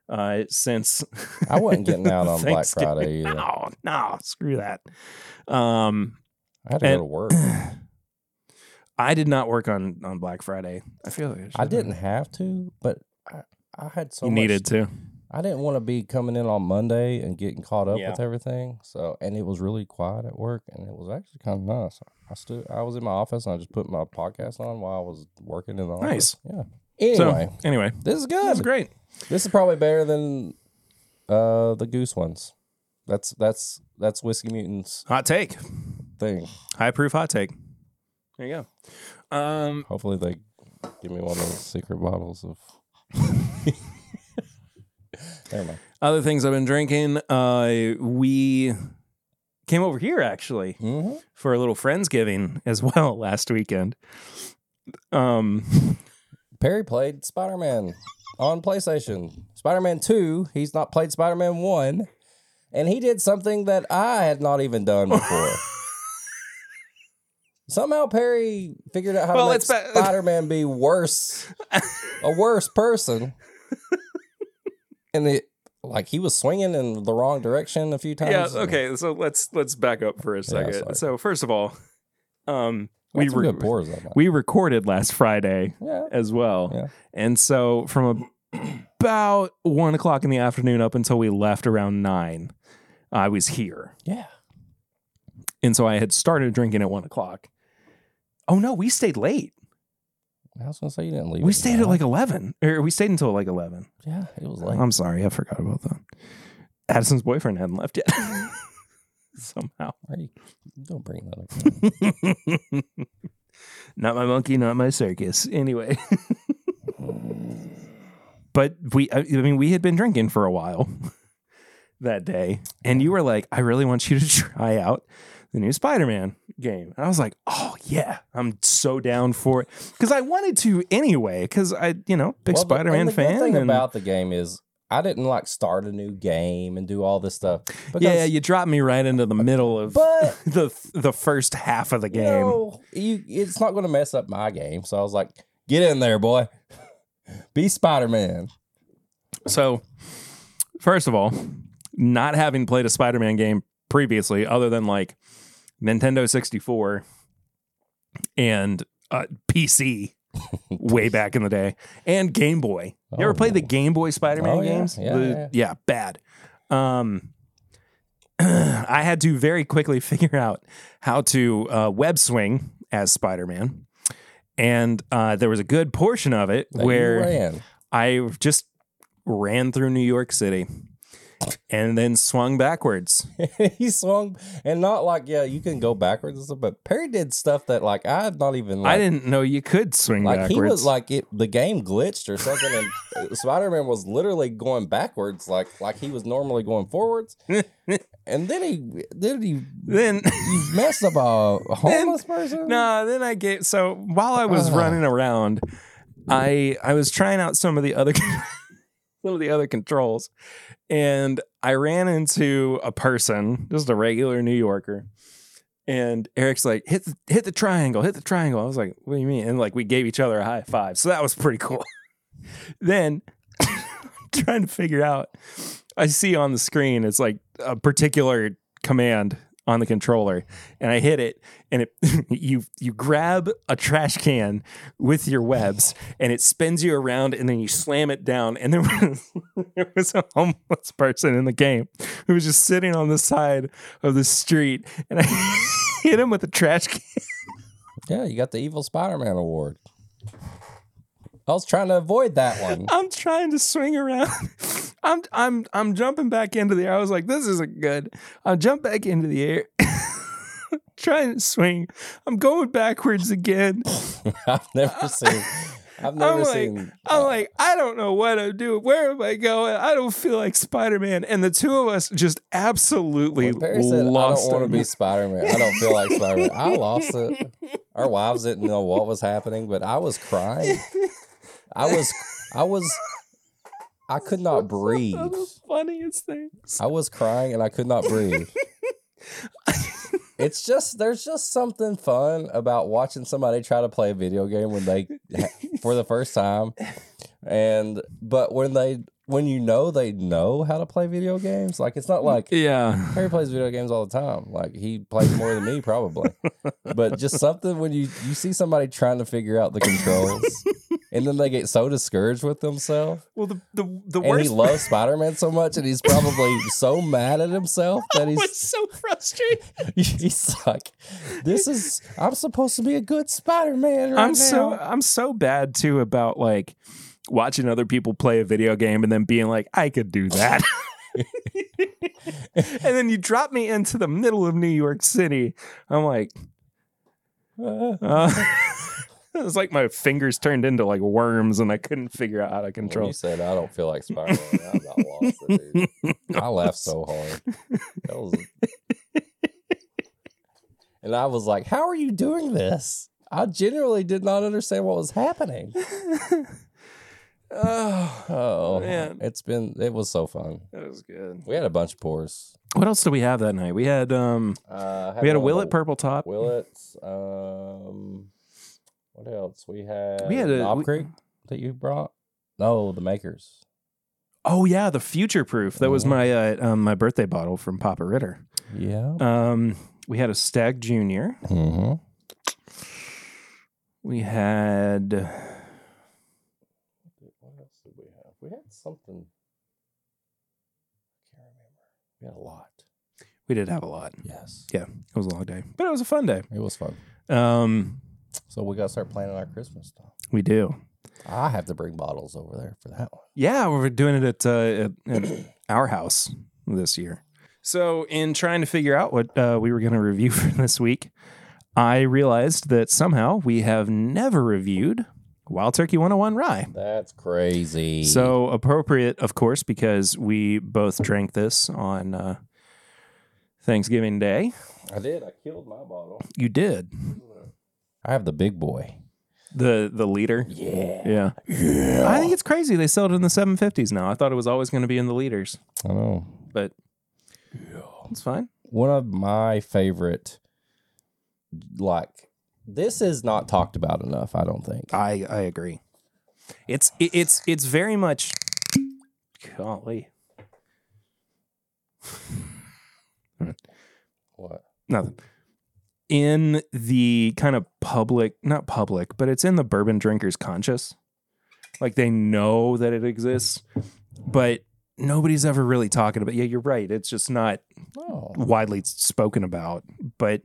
Speaker 1: uh, since
Speaker 2: I wasn't getting
Speaker 1: <laughs>
Speaker 2: out on Black
Speaker 1: Thanksgiving.
Speaker 2: Friday either.
Speaker 1: No, no, screw that. Um, <clears throat>
Speaker 2: I had to go
Speaker 1: And-
Speaker 2: to
Speaker 1: <clears throat>
Speaker 2: work.
Speaker 1: I did not work on on Black Friday. I feel like
Speaker 2: I didn't have to, but I, I had so
Speaker 1: you
Speaker 2: much.
Speaker 1: needed to.
Speaker 2: I didn't want to be coming in on Monday and getting caught up
Speaker 1: Yeah.
Speaker 2: with everything. So, and it was really quiet at work, and it was actually kind of nice. I stood. I was in my office, and I just put my podcast on while I was working in the
Speaker 1: Nice.
Speaker 2: office. Yeah. Anyway,
Speaker 1: So anyway,
Speaker 2: this is good.
Speaker 1: that was great.
Speaker 2: This is probably better than uh the goose ones. That's that's that's whiskey mutants
Speaker 1: Hot take,
Speaker 2: thing.
Speaker 1: high proof hot take. There you go. Um,
Speaker 2: Hopefully they give me one of those secret bottles of. <laughs> Never mind.
Speaker 1: other things I've been drinking. Uh, we came over here actually
Speaker 2: Mhm.
Speaker 1: for a little friendsgiving as <laughs> well last weekend. <laughs> Um,
Speaker 2: Perry played Spider Man on PlayStation. Spider Man Two. He's not played Spider Man One,
Speaker 1: <laughs>
Speaker 2: and he did something that I had not even done before. Somehow Perry figured out how
Speaker 1: Well,
Speaker 2: to make
Speaker 1: it's ba-
Speaker 2: Spider-Man be worse, a worse person. and it, like he was swinging in the wrong direction a few
Speaker 1: yeah.
Speaker 2: times. and
Speaker 1: Okay. So let's let's back up for a second.
Speaker 2: sorry.
Speaker 1: so first of all, um, we
Speaker 2: that's some
Speaker 1: re-
Speaker 2: good pours on that.
Speaker 1: we recorded last Friday
Speaker 2: yeah,
Speaker 1: as well,
Speaker 2: Yeah.
Speaker 1: and so from about one o'clock in the afternoon up until we left around nine, I was here,
Speaker 2: yeah.
Speaker 1: and so I had started drinking at one o'clock. Oh no, we stayed late.
Speaker 2: I was gonna say you didn't leave.
Speaker 1: We
Speaker 2: it
Speaker 1: stayed at
Speaker 2: alone.
Speaker 1: like um, eleven, or we stayed until like eleven.
Speaker 2: yeah, it was like
Speaker 1: I'm sorry, I forgot about that. Addison's boyfriend hadn't left yet. <laughs> Somehow.
Speaker 2: Why you- don't bring that up.
Speaker 1: <laughs> not my monkey, not my circus. Anyway. <laughs> but we I I mean we had been drinking for a while <laughs> that day and you were like I really want you to <laughs> try out the new Spider-Man game. And I was like, "Oh yeah, I'm so down for it." Cuz I wanted to anyway cuz I, you know, big
Speaker 2: Well, the- and
Speaker 1: Spider-Man
Speaker 2: the good
Speaker 1: fan
Speaker 2: thing
Speaker 1: and-
Speaker 2: about the game is I didn't like start a new game and do all this stuff. Because,
Speaker 1: yeah, you dropped me right into the middle of
Speaker 2: <laughs> but
Speaker 1: <laughs> the the first half of the
Speaker 2: you
Speaker 1: game.
Speaker 2: know, you it's not going to mess up my game. So I was like, get in there, boy. <laughs> Be Spider Man.
Speaker 1: So, first of all, not having played a Spider-Man game previously, other than like Nintendo 64 and uh,
Speaker 2: <laughs>
Speaker 1: PC way back in the day, and Game Boy. You ever
Speaker 2: Oh.
Speaker 1: play the Game Boy Spider-Man
Speaker 2: Oh, yeah.
Speaker 1: games?
Speaker 2: Yeah,
Speaker 1: The-
Speaker 2: yeah.
Speaker 1: bad. Um, <clears throat> I had to very quickly <laughs> figure out how to uh, web swing as Spider-Man. And uh, there was a good portion of it where
Speaker 2: ran. <laughs>
Speaker 1: I just ran through New York City and then swung backwards.
Speaker 2: he swung and not like yeah, you can go backwards and stuff, but Perry did stuff that like I had not even like,
Speaker 1: I didn't know you could swing
Speaker 2: like
Speaker 1: backwards.
Speaker 2: he was like it the game glitched or something and uh, Spider-Man was literally going backwards like like he was normally going
Speaker 1: <laughs>
Speaker 2: forwards. and then he then he
Speaker 1: then <laughs>
Speaker 2: you messed up a homeless person?
Speaker 1: no, then I gave so while I was
Speaker 2: Ugh.
Speaker 1: running around, I I was trying out some of the other <laughs> some of the other controls and I ran into a person, just a regular New Yorker. And Eric's like, hit the, hit the triangle, hit the triangle. I was like, what do you mean? And like, we gave each other a high five. So that was pretty cool. <laughs> then <laughs> trying to figure out, I see on the screen, it's like a particular command on the controller and I hit it and it, <laughs> you, you grab a trash can with your webs and it spins you around and then you slam it down. And there <laughs> was, there was a homeless person in the game who was just sitting on the side of the street and I <laughs> hit him with a trash can.
Speaker 2: Yeah, you got the Evil Spider-Man award. I was trying to avoid that one. <laughs>
Speaker 1: I'm trying to swing around. <laughs> I'm I'm I'm jumping back into the air. I was like, this isn't good. I'll jump back into the air. <laughs> trying to swing. I'm going backwards again.
Speaker 2: I've
Speaker 1: <laughs>
Speaker 2: never seen. I've never
Speaker 1: like-
Speaker 2: seen.
Speaker 1: I'm like, I don't know what I'm doing. Where am I going? I don't feel like Spider-Man. And the two of us just absolutely
Speaker 2: when Perry said,
Speaker 1: lost
Speaker 2: "I don't want
Speaker 1: our
Speaker 2: <laughs> to be Spider-Man. I don't feel like Spider-Man." I lost it. Our wives didn't know what was happening, but I was crying. I was. I was. I could not breathe.
Speaker 1: One of <laughs> the funniest things.
Speaker 2: I was crying and I could not breathe. It's just there's just something fun about watching somebody try to play a video game when they for the first time. And but when they when you know they know how to play video games, like it's not like
Speaker 1: Yeah.
Speaker 2: Harry plays video games all the time. Like he plays more than me probably. but just something when you you see somebody trying to figure out the controls and then they get so discouraged with themselves
Speaker 1: Well, the the, the
Speaker 2: and he
Speaker 1: worst
Speaker 2: loves Spider Man so much, and he's probably so mad at himself
Speaker 1: <laughs> <laughs>
Speaker 2: that
Speaker 1: was
Speaker 2: he's
Speaker 1: so frustrating.
Speaker 2: <laughs> he's like, "This is I'm supposed to be a good Spider Man right
Speaker 1: I'm
Speaker 2: now."
Speaker 1: so I'm so bad too about like watching other people play a video game and then being like, I could do that. <laughs> and then you drop me into the middle of New York City. I'm like,
Speaker 2: Uh,
Speaker 1: uh, <laughs> it was like my fingers turned into like worms and I couldn't figure out how to
Speaker 2: when you
Speaker 1: control.
Speaker 2: said I don't feel like Spider Man. I about lost it, dude. I laughed so
Speaker 1: <laughs>
Speaker 2: hard. That was, and I was like, "How are
Speaker 1: <laughs>
Speaker 2: you doing this?" I genuinely did not understand what was happening.
Speaker 1: <laughs> Oh,
Speaker 2: Oh,
Speaker 1: Man.
Speaker 2: it's been it was so fun.
Speaker 1: that was good.
Speaker 2: We had a bunch of pours.
Speaker 1: What else did we have that night? We had um,
Speaker 2: Uh,
Speaker 1: we had a
Speaker 2: one
Speaker 1: Willet Purple Top.
Speaker 2: Willets. Um, what else? We had
Speaker 1: We had a-
Speaker 2: Knob
Speaker 1: we-
Speaker 2: Creek that you brought. No, the makers.
Speaker 1: Oh yeah, the Future Proof. That was
Speaker 2: Mhm.
Speaker 1: my uh, um, my birthday bottle from Papa Ritter.
Speaker 2: Yeah.
Speaker 1: Um, we had a Stag Junior.
Speaker 2: Mm-hmm.
Speaker 1: We had
Speaker 2: What else did we have? We had something. I can't remember. We had a lot.
Speaker 1: we did have a lot.
Speaker 2: Yes,
Speaker 1: It was a long day, but it was a fun day.
Speaker 2: it was fun.
Speaker 1: Um,
Speaker 2: So we got to start planning our Christmas stuff.
Speaker 1: we do.
Speaker 2: I have to bring bottles over there for that one.
Speaker 1: Yeah, we're doing it at, uh, at, at our house this year. So, in trying to figure out what uh, we were going to review <laughs> for this week, I realized that somehow we have never reviewed Wild Turkey 101 Rye.
Speaker 2: That's crazy.
Speaker 1: So appropriate, of course, because we both drank this on uh, Thanksgiving Day.
Speaker 2: I did. I killed my bottle.
Speaker 1: You did
Speaker 2: I have the big boy.
Speaker 1: the the liter.
Speaker 2: Yeah.
Speaker 1: Yeah,
Speaker 2: Yeah.
Speaker 1: I think it's crazy they sell it in the 750s now. I thought it was always going to be in the liters,
Speaker 2: I know.
Speaker 1: but it's fine.
Speaker 2: One of my favorite, like, this is not talked about enough. I don't think.
Speaker 1: I I agree. It's it, it's it's very much. Golly,
Speaker 2: What?
Speaker 1: nothing. In the kind of public, not public, but it's in the bourbon drinkers' conscious. Like they know that it exists, but nobody's ever really talking about. Yeah, you're right. It's just not
Speaker 2: Oh.
Speaker 1: widely spoken about, but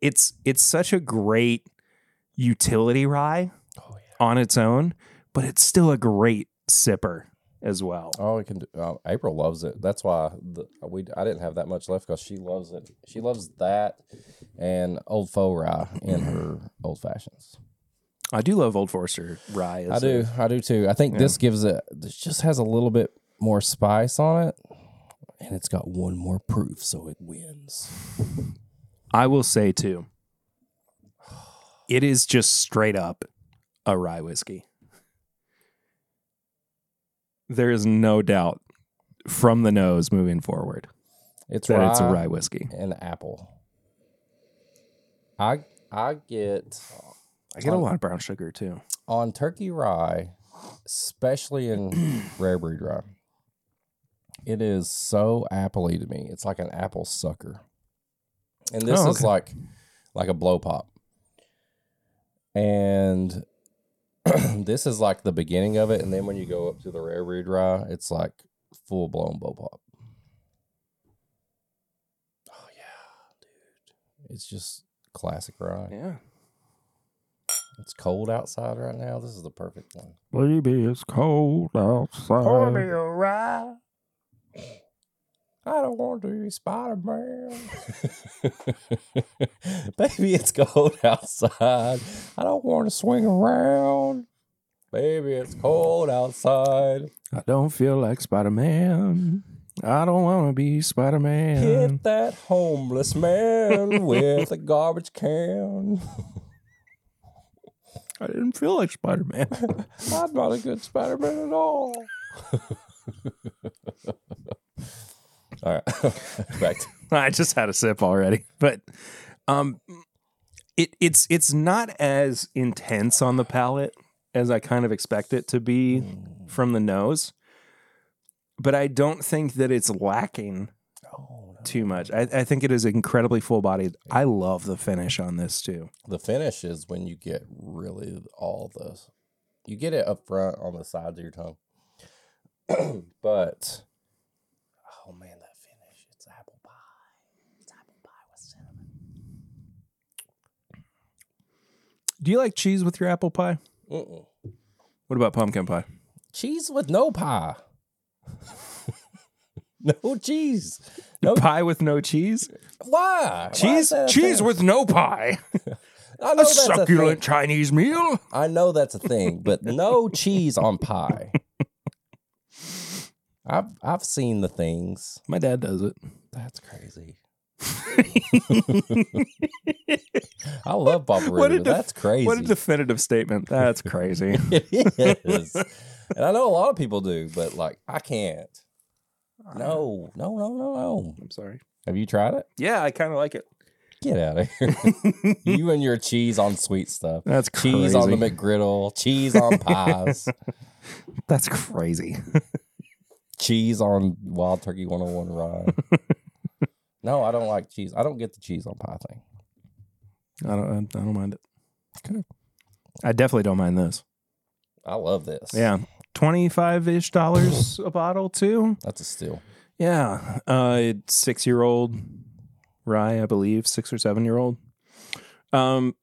Speaker 1: it's it's such a great utility rye
Speaker 2: Oh yeah.
Speaker 1: on its own, but it's still a great sipper as well.
Speaker 2: Oh, we can do. Uh, April loves it. That's why the, we. I didn't have that much left because she loves it. She loves that and old faux rye in her old fashions.
Speaker 1: I do love Old Forester rye. as
Speaker 2: I do. I do too. I think this gives it. This just has a little bit more spice on it, and it's got one more proof, so it wins.
Speaker 1: I will say too, it is just straight up a rye whiskey. There is no doubt from the nose moving forward
Speaker 2: It's
Speaker 1: that
Speaker 2: rye
Speaker 1: it's a rye whiskey.
Speaker 2: and apple. I I get
Speaker 1: I get a lot of brown sugar too.
Speaker 2: on turkey rye,
Speaker 1: <clears throat>
Speaker 2: especially in rare breed rye, it is so appley to me. It's like an apple sucker, and this
Speaker 1: Oh,
Speaker 2: is
Speaker 1: okay.
Speaker 2: like like a blow pop, and <clears throat> this is like the beginning of it. And then when you go up to the rare breed rye, it's like full blown blow pop. Oh yeah, dude, it's just classic rye.
Speaker 1: Yeah.
Speaker 2: It's cold outside right now. This is the perfect one.
Speaker 1: Baby, it's cold
Speaker 2: Um,
Speaker 1: outside.
Speaker 2: ride. I don't want to be Spider Man. <laughs> Baby, it's cold <laughs> outside. I don't want to swing around. Baby, it's cold outside.
Speaker 1: I don't feel like Spider Man. I don't want to be Spider Man.
Speaker 2: Hit that homeless man with a garbage can.
Speaker 1: I didn't feel like Spider Man.
Speaker 2: I'm not a good Spider Man at all. all right. <laughs> Back to
Speaker 1: <laughs> I just had a sip already, but um, it it's it's not as intense on the palate as I kind of expect it to be from the nose, but I don't think that it's lacking
Speaker 2: Oh, no.
Speaker 1: too much. I, I think it is incredibly full bodied. I love the finish on this too.
Speaker 2: The finish is when you get really all the, you get it up front on the sides of your tongue, <clears throat> but oh man, that finish! It's apple pie. It's apple pie with cinnamon.
Speaker 1: Do you like cheese with your apple pie?
Speaker 2: Mm-mm.
Speaker 1: What about pumpkin pie?
Speaker 2: Cheese with no pie. <laughs> no cheese. No.
Speaker 1: Pie with no cheese?
Speaker 2: Why? Why is
Speaker 1: Cheese
Speaker 2: that a
Speaker 1: cheese
Speaker 2: thing?
Speaker 1: with no pie.
Speaker 2: I know
Speaker 1: Oh, A
Speaker 2: that's a thing.
Speaker 1: succulent Chinese meal.
Speaker 2: I know that's a thing, but no cheese on
Speaker 1: <laughs>
Speaker 2: pie. I've I've seen the things.
Speaker 1: My dad does <laughs> it.
Speaker 2: That's crazy. I love Papa
Speaker 1: What a
Speaker 2: Ritter.
Speaker 1: def-
Speaker 2: That's crazy.
Speaker 1: What a definitive statement. That's crazy.
Speaker 2: <laughs> it is. and I know a lot of people do, but like I can't. No, no, no, no, no.
Speaker 1: <laughs> I'm sorry.
Speaker 2: Have you tried it?
Speaker 1: Yeah, I kind of like it.
Speaker 2: Get out of here. <laughs> you and your cheese on sweet stuff.
Speaker 1: That's crazy.
Speaker 2: Cheese on the McGriddle, cheese
Speaker 1: <laughs>
Speaker 2: on pies,
Speaker 1: That's crazy.
Speaker 2: cheese on Wild Turkey 101 Rye.
Speaker 1: <laughs>
Speaker 2: No, I don't like cheese. I don't get the cheese on pie thing.
Speaker 1: I don't. I don't mind it.
Speaker 2: Okay.
Speaker 1: I definitely don't mind this.
Speaker 2: I love this.
Speaker 1: Yeah, twenty five ish dollars a bottle too.
Speaker 2: That's a steal.
Speaker 1: Yeah, uh, six year old rye, I believe, six or seven year old. Um,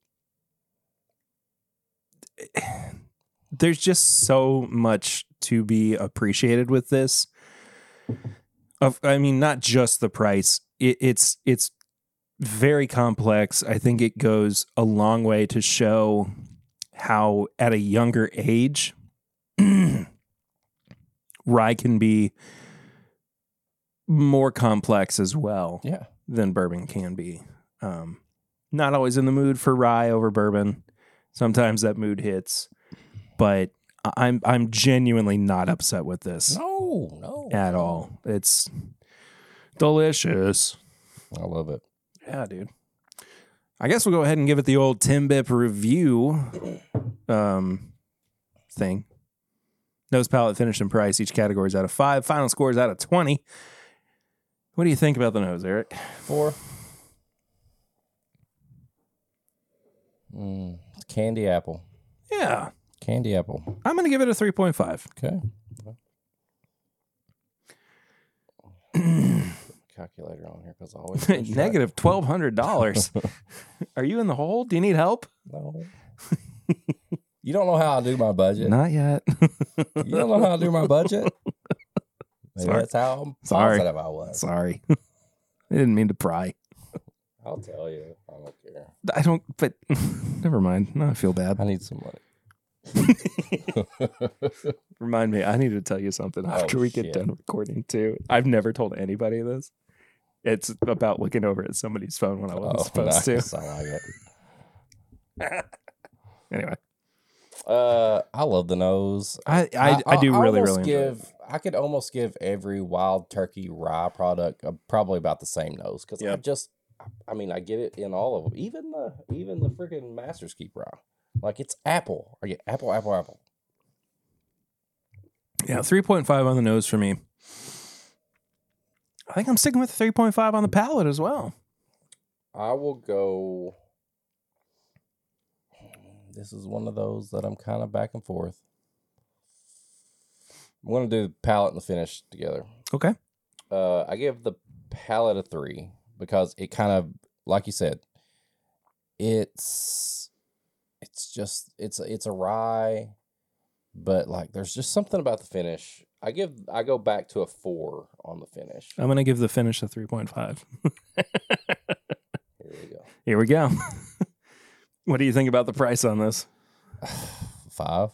Speaker 1: <sighs> there's just so much to be appreciated with this. Of, I mean, not just the price. It, it's it's very complex. I think it goes a long way to show how, at a younger age, <clears throat> rye can be more complex as well
Speaker 2: Yeah.
Speaker 1: than bourbon can be. Um, not always in the mood for rye over bourbon. Sometimes that mood hits, but I- I'm I'm genuinely not upset with this
Speaker 2: No, no.
Speaker 1: at all. It's delicious.
Speaker 2: I love it.
Speaker 1: Yeah, dude. I guess we'll go ahead and give it the old Tim Bip review um, thing. Nose palette finish and price. Each category is out of five. Final scores out of 20. What do you think about the nose, Eric?
Speaker 2: Four. Mm, candy apple.
Speaker 1: Yeah.
Speaker 2: Candy apple.
Speaker 1: I'm going to give it a 3.5. <clears throat>
Speaker 2: Okay. Calculator on here because I always
Speaker 1: <laughs>
Speaker 2: get distracted.
Speaker 1: Negative <laughs> $1,200. Are you in the hole? Do you need help?
Speaker 2: No. you don't know how I do my budget.
Speaker 1: Not yet.
Speaker 2: You don't know how I do my
Speaker 1: <laughs>
Speaker 2: budget. Maybe
Speaker 1: Sorry.
Speaker 2: that's how
Speaker 1: Sorry.
Speaker 2: positive I
Speaker 1: <laughs>
Speaker 2: was.
Speaker 1: Sorry. <laughs> I didn't mean to pry.
Speaker 2: I'll tell you. I don't
Speaker 1: <laughs>
Speaker 2: care.
Speaker 1: I don't, but never mind. No, I feel bad.
Speaker 2: I need some money.
Speaker 1: Remind me, I need to tell you something after we get
Speaker 2: shit.
Speaker 1: done recording too. I've never told anybody this. It's about looking over at somebody's phone <laughs> when I wasn't supposed
Speaker 2: Oh, nice. I like it.
Speaker 1: to. Anyway,
Speaker 2: Uh, I love the nose.
Speaker 1: I I, I, do really
Speaker 2: almost
Speaker 1: really enjoy it.
Speaker 2: give. I could almost give every wild turkey rye product uh, probably about the same nose because I
Speaker 1: Yeah.
Speaker 2: just, I mean, I get it in all of them. Even the even the freaking Masters Keep rye, like it's apple. I get apple, apple, apple.
Speaker 1: Yeah, three point five on the nose for me. I think I'm sticking with three point five on the palate as well.
Speaker 2: I will go. <sighs> This is one of those that I'm kind of back and forth. I'm gonna do the palette and the finish together.
Speaker 1: Okay.
Speaker 2: Uh, I give the palette a three because it kind of, like you said, it's it's just it's it's a rye, but like there's just something about the finish. I give I go back to a four on the finish.
Speaker 1: I'm gonna give the finish a three point five.
Speaker 2: Here we go. <sighs>
Speaker 1: Here we go. <laughs> what do you think about the price on this?
Speaker 2: Five.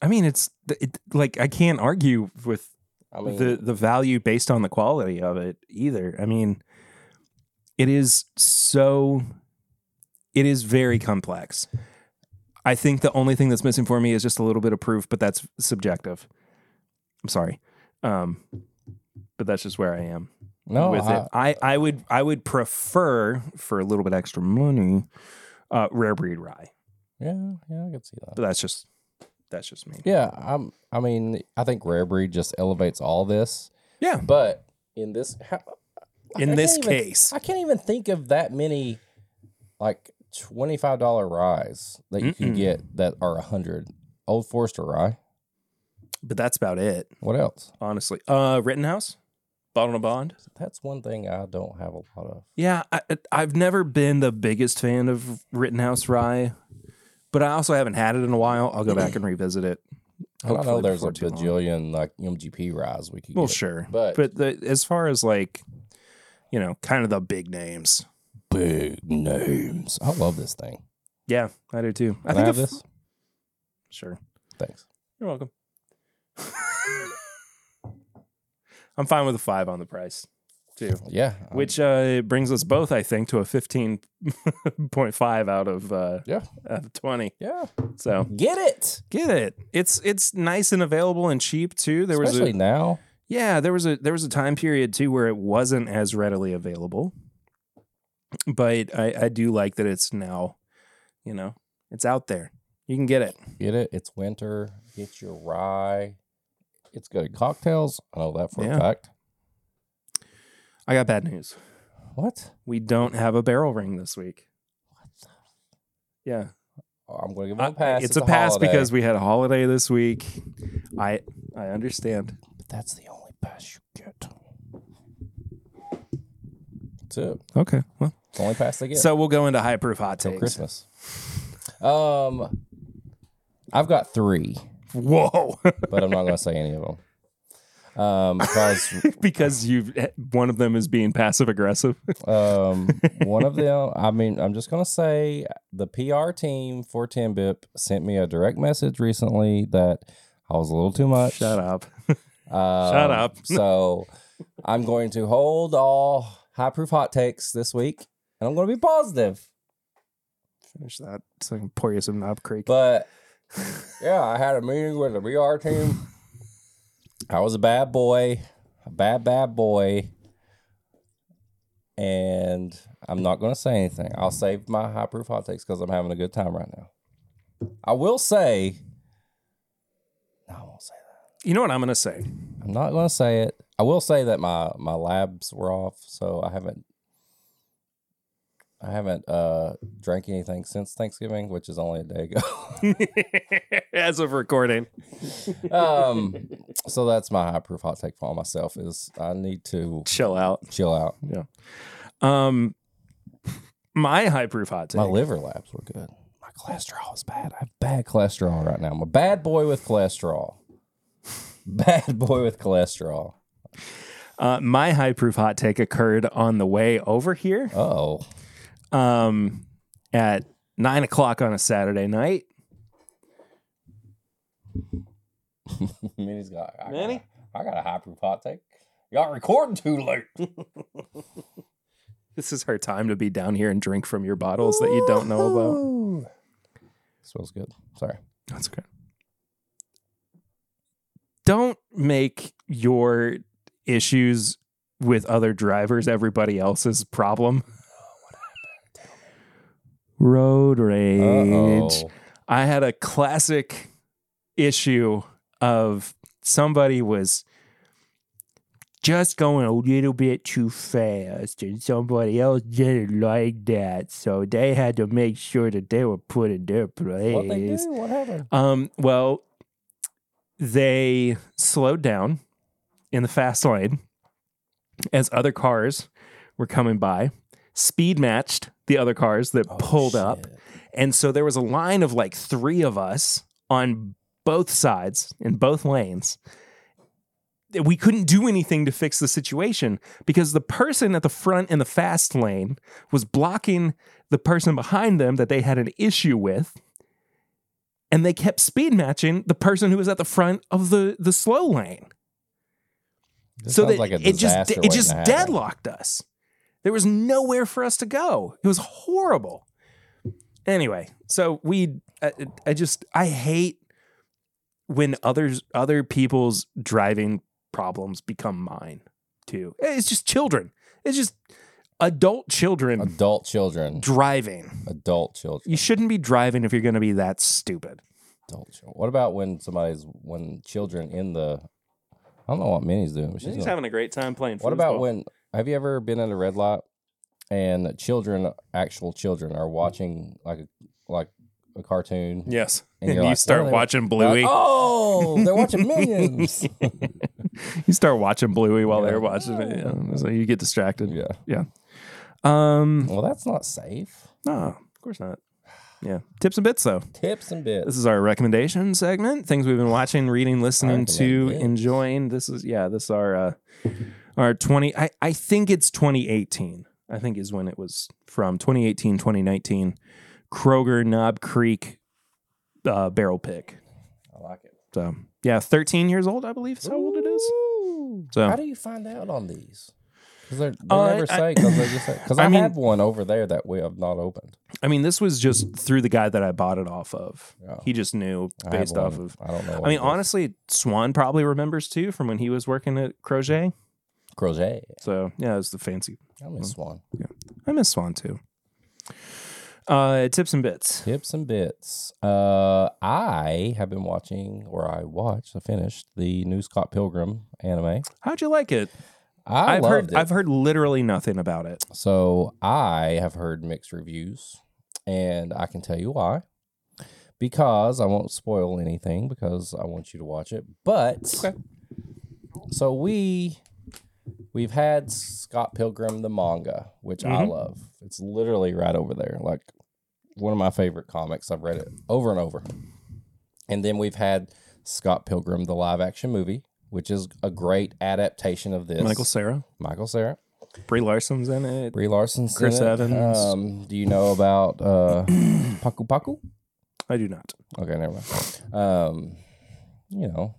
Speaker 1: I mean, it's it, like I can't argue with
Speaker 2: I mean,
Speaker 1: the the value based on the quality of it either. I mean, it is so it is very complex. I think the only thing that's missing for me is just a little bit of proof, but that's subjective. I'm sorry. Um but that's just where I am
Speaker 2: no,
Speaker 1: with
Speaker 2: I-
Speaker 1: it. I, I would I would prefer for a little bit extra money uh rare breed rye.
Speaker 2: Yeah, yeah, I can see that.
Speaker 1: But that's just that's just me.
Speaker 2: Yeah, I'm. I mean, I think rare breed just elevates all this.
Speaker 1: Yeah.
Speaker 2: but in this, how, like,
Speaker 1: In
Speaker 2: I
Speaker 1: this
Speaker 2: can't even-
Speaker 1: case.
Speaker 2: I can't even think of that many, like twenty five dollar ryes that you can
Speaker 1: Mm-mm.
Speaker 2: get that are a hundred. Old Forester rye.
Speaker 1: But that's about it,
Speaker 2: What else?
Speaker 1: honestly. Uh Rittenhouse? Bottle to bond?
Speaker 2: That's one thing I don't have a lot of.
Speaker 1: Yeah, I, I've never been the biggest fan of Rittenhouse Rye, but I also haven't had it in a while. I'll go back and revisit it.
Speaker 2: And I know
Speaker 1: hopefully
Speaker 2: there's a
Speaker 1: before too long.
Speaker 2: bajillion like MGP ryes we could.
Speaker 1: Well,
Speaker 2: get.
Speaker 1: sure,
Speaker 2: but-
Speaker 1: but the, as far as like, you know, kind of the big names.
Speaker 2: big names. I love this thing.
Speaker 1: Yeah, I do too.
Speaker 2: Can I, have
Speaker 1: if-
Speaker 2: this.
Speaker 1: Sure,
Speaker 2: Thanks.
Speaker 1: you're welcome. <laughs> I'm fine with a five on the price. too.
Speaker 2: Yeah. I-
Speaker 1: Which uh, brings us both, I think, to a <laughs> 15.5 out of uh,
Speaker 2: Yeah.
Speaker 1: out of 20.
Speaker 2: yeah.
Speaker 1: So
Speaker 2: Get it.
Speaker 1: get it. It's it's nice and available and cheap too. There was
Speaker 2: Especially
Speaker 1: a,
Speaker 2: now.
Speaker 1: yeah, there was a there was a time period too where it wasn't as readily available. But I, I do like that it's now, you know, it's out there. You can get it.
Speaker 2: Get it. It's winter. Get your rye. It's good at cocktails. I know that for
Speaker 1: Yeah.
Speaker 2: a fact.
Speaker 1: I got bad news.
Speaker 2: What?
Speaker 1: We don't have a barrel ring this week.
Speaker 2: What the?
Speaker 1: Yeah.
Speaker 2: Oh, I'm going to give
Speaker 1: I-
Speaker 2: it a pass.
Speaker 1: Uh, It's, a, pass
Speaker 2: holiday.
Speaker 1: because we had a holiday this week. I I understand.
Speaker 2: But that's the only pass you get. That's it.
Speaker 1: Okay. Well,
Speaker 2: It's the only pass they get.
Speaker 1: so we'll go into high proof hot
Speaker 2: till
Speaker 1: takes.
Speaker 2: Christmas. Um, I've got three,
Speaker 1: Whoa! <laughs>
Speaker 2: but I'm not going to say any of them. Um, because
Speaker 1: because you one of them is being passive aggressive. <laughs>
Speaker 2: um, one of them, I mean, I'm just going to say the PR team for Timbip sent me a direct message recently that I was a little too much.
Speaker 1: Shut up.
Speaker 2: Um,
Speaker 1: Shut up.
Speaker 2: so I'm going to hold all high proof hot takes this week, and I'm going to be positive.
Speaker 1: Finish that so I can pour you some knob creek.
Speaker 2: But yeah, I had a meeting with the VR team. I was a bad boy, a bad, bad boy. And I'm not going to say anything. I'll save my high proof hot takes because I'm having a good time right now. I will say, no, I won't say
Speaker 1: you know what I'm gonna say? <laughs>
Speaker 2: that. I'm not going to say it. I will say that my my labs were off, so I haven't I haven't uh drank anything since Thanksgiving, which is only a day ago.
Speaker 1: As of recording,
Speaker 2: um so that's my high proof hot take for myself is i need to
Speaker 1: chill out.
Speaker 2: chill out
Speaker 1: Um, my high proof hot take.
Speaker 2: my liver labs were good my cholesterol is bad i have bad cholesterol right now i'm a bad boy with cholesterol <laughs> bad boy with cholesterol
Speaker 1: Uh, my high proof hot take occurred on the way over here.
Speaker 2: oh <laughs>
Speaker 1: um, at nine o'clock on a Saturday night.
Speaker 2: minnie's got I
Speaker 1: Minnie?
Speaker 2: got, a- I got a high proof hot take y'all recording too late
Speaker 1: This is her time to be down here and drink from your bottles that you don't know about.
Speaker 2: about smells good sorry
Speaker 1: That's okay. Don't make your issues with other drivers everybody else's problem. <laughs> Road rage.
Speaker 2: Uh-oh.
Speaker 1: I had a classic issue of somebody was just going a little bit too fast, and somebody else didn't like that, so they had to make sure that they were put in their place.
Speaker 2: what they do what happened
Speaker 1: Um, well, they slowed down in the fast lane as other cars were coming by, speed matched the other cars
Speaker 2: Oh,
Speaker 1: that pulled up. And so there was a line of like three of us on both sides in both lanes. that We couldn't do anything to fix the situation because the person at the front in the fast lane was blocking the person behind them that they had an issue with. And they kept speed matching the person who was at the front of the, the slow lane.
Speaker 2: This
Speaker 1: so
Speaker 2: sounds
Speaker 1: that
Speaker 2: like a
Speaker 1: it just
Speaker 2: disaster
Speaker 1: it
Speaker 2: waiting to
Speaker 1: just
Speaker 2: happen.
Speaker 1: deadlocked us. There was nowhere for us to go. It was horrible. Anyway, so we I, I just I hate when others other people's driving problems become mine too. It's just children. It's just adult children
Speaker 2: adult children
Speaker 1: driving.
Speaker 2: adult children
Speaker 1: You shouldn't be driving if you're going to be that stupid.
Speaker 2: adult children. What about when somebody's when children in the? I don't know what Minnie's doing. But she's doing-
Speaker 1: a great time playing.
Speaker 2: what about when? Have you ever been at a red light and children, actual children, are watching like a like a cartoon?
Speaker 1: Yes,
Speaker 2: And
Speaker 1: and,
Speaker 2: you're
Speaker 1: <laughs> you
Speaker 2: like,
Speaker 1: start
Speaker 2: "What are they-
Speaker 1: watching
Speaker 2: They're
Speaker 1: Bluey.
Speaker 2: like, oh,
Speaker 1: <laughs>
Speaker 2: they're watching Minions.
Speaker 1: You start watching Bluey while
Speaker 2: Yeah.
Speaker 1: they're watching it. yeah. So you get distracted.
Speaker 2: yeah.
Speaker 1: Um,
Speaker 2: Well, that's not safe.
Speaker 1: no, of course not. Yeah. Tips and bits, though.
Speaker 2: Tips and bits.
Speaker 1: This is our recommendation segment. Things we've been watching, reading, listening to,
Speaker 2: Recommend.
Speaker 1: enjoying. This is, yeah, this is our, uh, our 20, I, I think it's 2018, I think is when it was from 2018, 2019. Kroger Knob Creek uh, barrel pick.
Speaker 2: I like it.
Speaker 1: So, yeah, 13 years old, I believe is how old it is.
Speaker 2: Ooh.
Speaker 1: So-
Speaker 2: how do you find out on these? 'Cause They're, they'll
Speaker 1: Uh,
Speaker 2: never
Speaker 1: I-
Speaker 2: say because they just because
Speaker 1: I
Speaker 2: I,
Speaker 1: mean-
Speaker 2: have one over there that we have not opened.
Speaker 1: I mean, this was just through the guy that I bought it off of.
Speaker 2: Yeah.
Speaker 1: He just knew
Speaker 2: I have
Speaker 1: based off
Speaker 2: one.
Speaker 1: of.
Speaker 2: I don't know.
Speaker 1: I mean, honestly, Swan probably remembers too from when he was working at Crochet.
Speaker 2: crochet.
Speaker 1: So yeah, it's the fancy.
Speaker 2: I miss one.
Speaker 1: I miss Swan too. Uh, tips and bits.
Speaker 2: Tips and bits. Uh, I have been watching, or I watched, I finished the new Scott Pilgrim anime.
Speaker 1: How'd you like it?
Speaker 2: I
Speaker 1: have
Speaker 2: loved
Speaker 1: heard
Speaker 2: it.
Speaker 1: I've heard literally nothing about it.
Speaker 2: So I have heard mixed reviews, and I can tell you why. Because I won't spoil anything because I want you to watch it. But
Speaker 1: Okay.
Speaker 2: so we we've had Scott Pilgrim the manga, which I
Speaker 1: Mhm.
Speaker 2: love. It's literally right over there, like one of my favorite comics. I've read it over and over. And then we've had Scott Pilgrim the live action movie, which is a great adaptation of this.
Speaker 1: Michael Sarah,
Speaker 2: Michael Sarah.
Speaker 1: Brie Larson's in it.
Speaker 2: Brie Larson's in
Speaker 1: Chris
Speaker 2: it.
Speaker 1: Evans.
Speaker 2: Um, do you know about uh, <coughs> Paku Paku?
Speaker 1: I do not.
Speaker 2: Okay, never mind. Um, you know,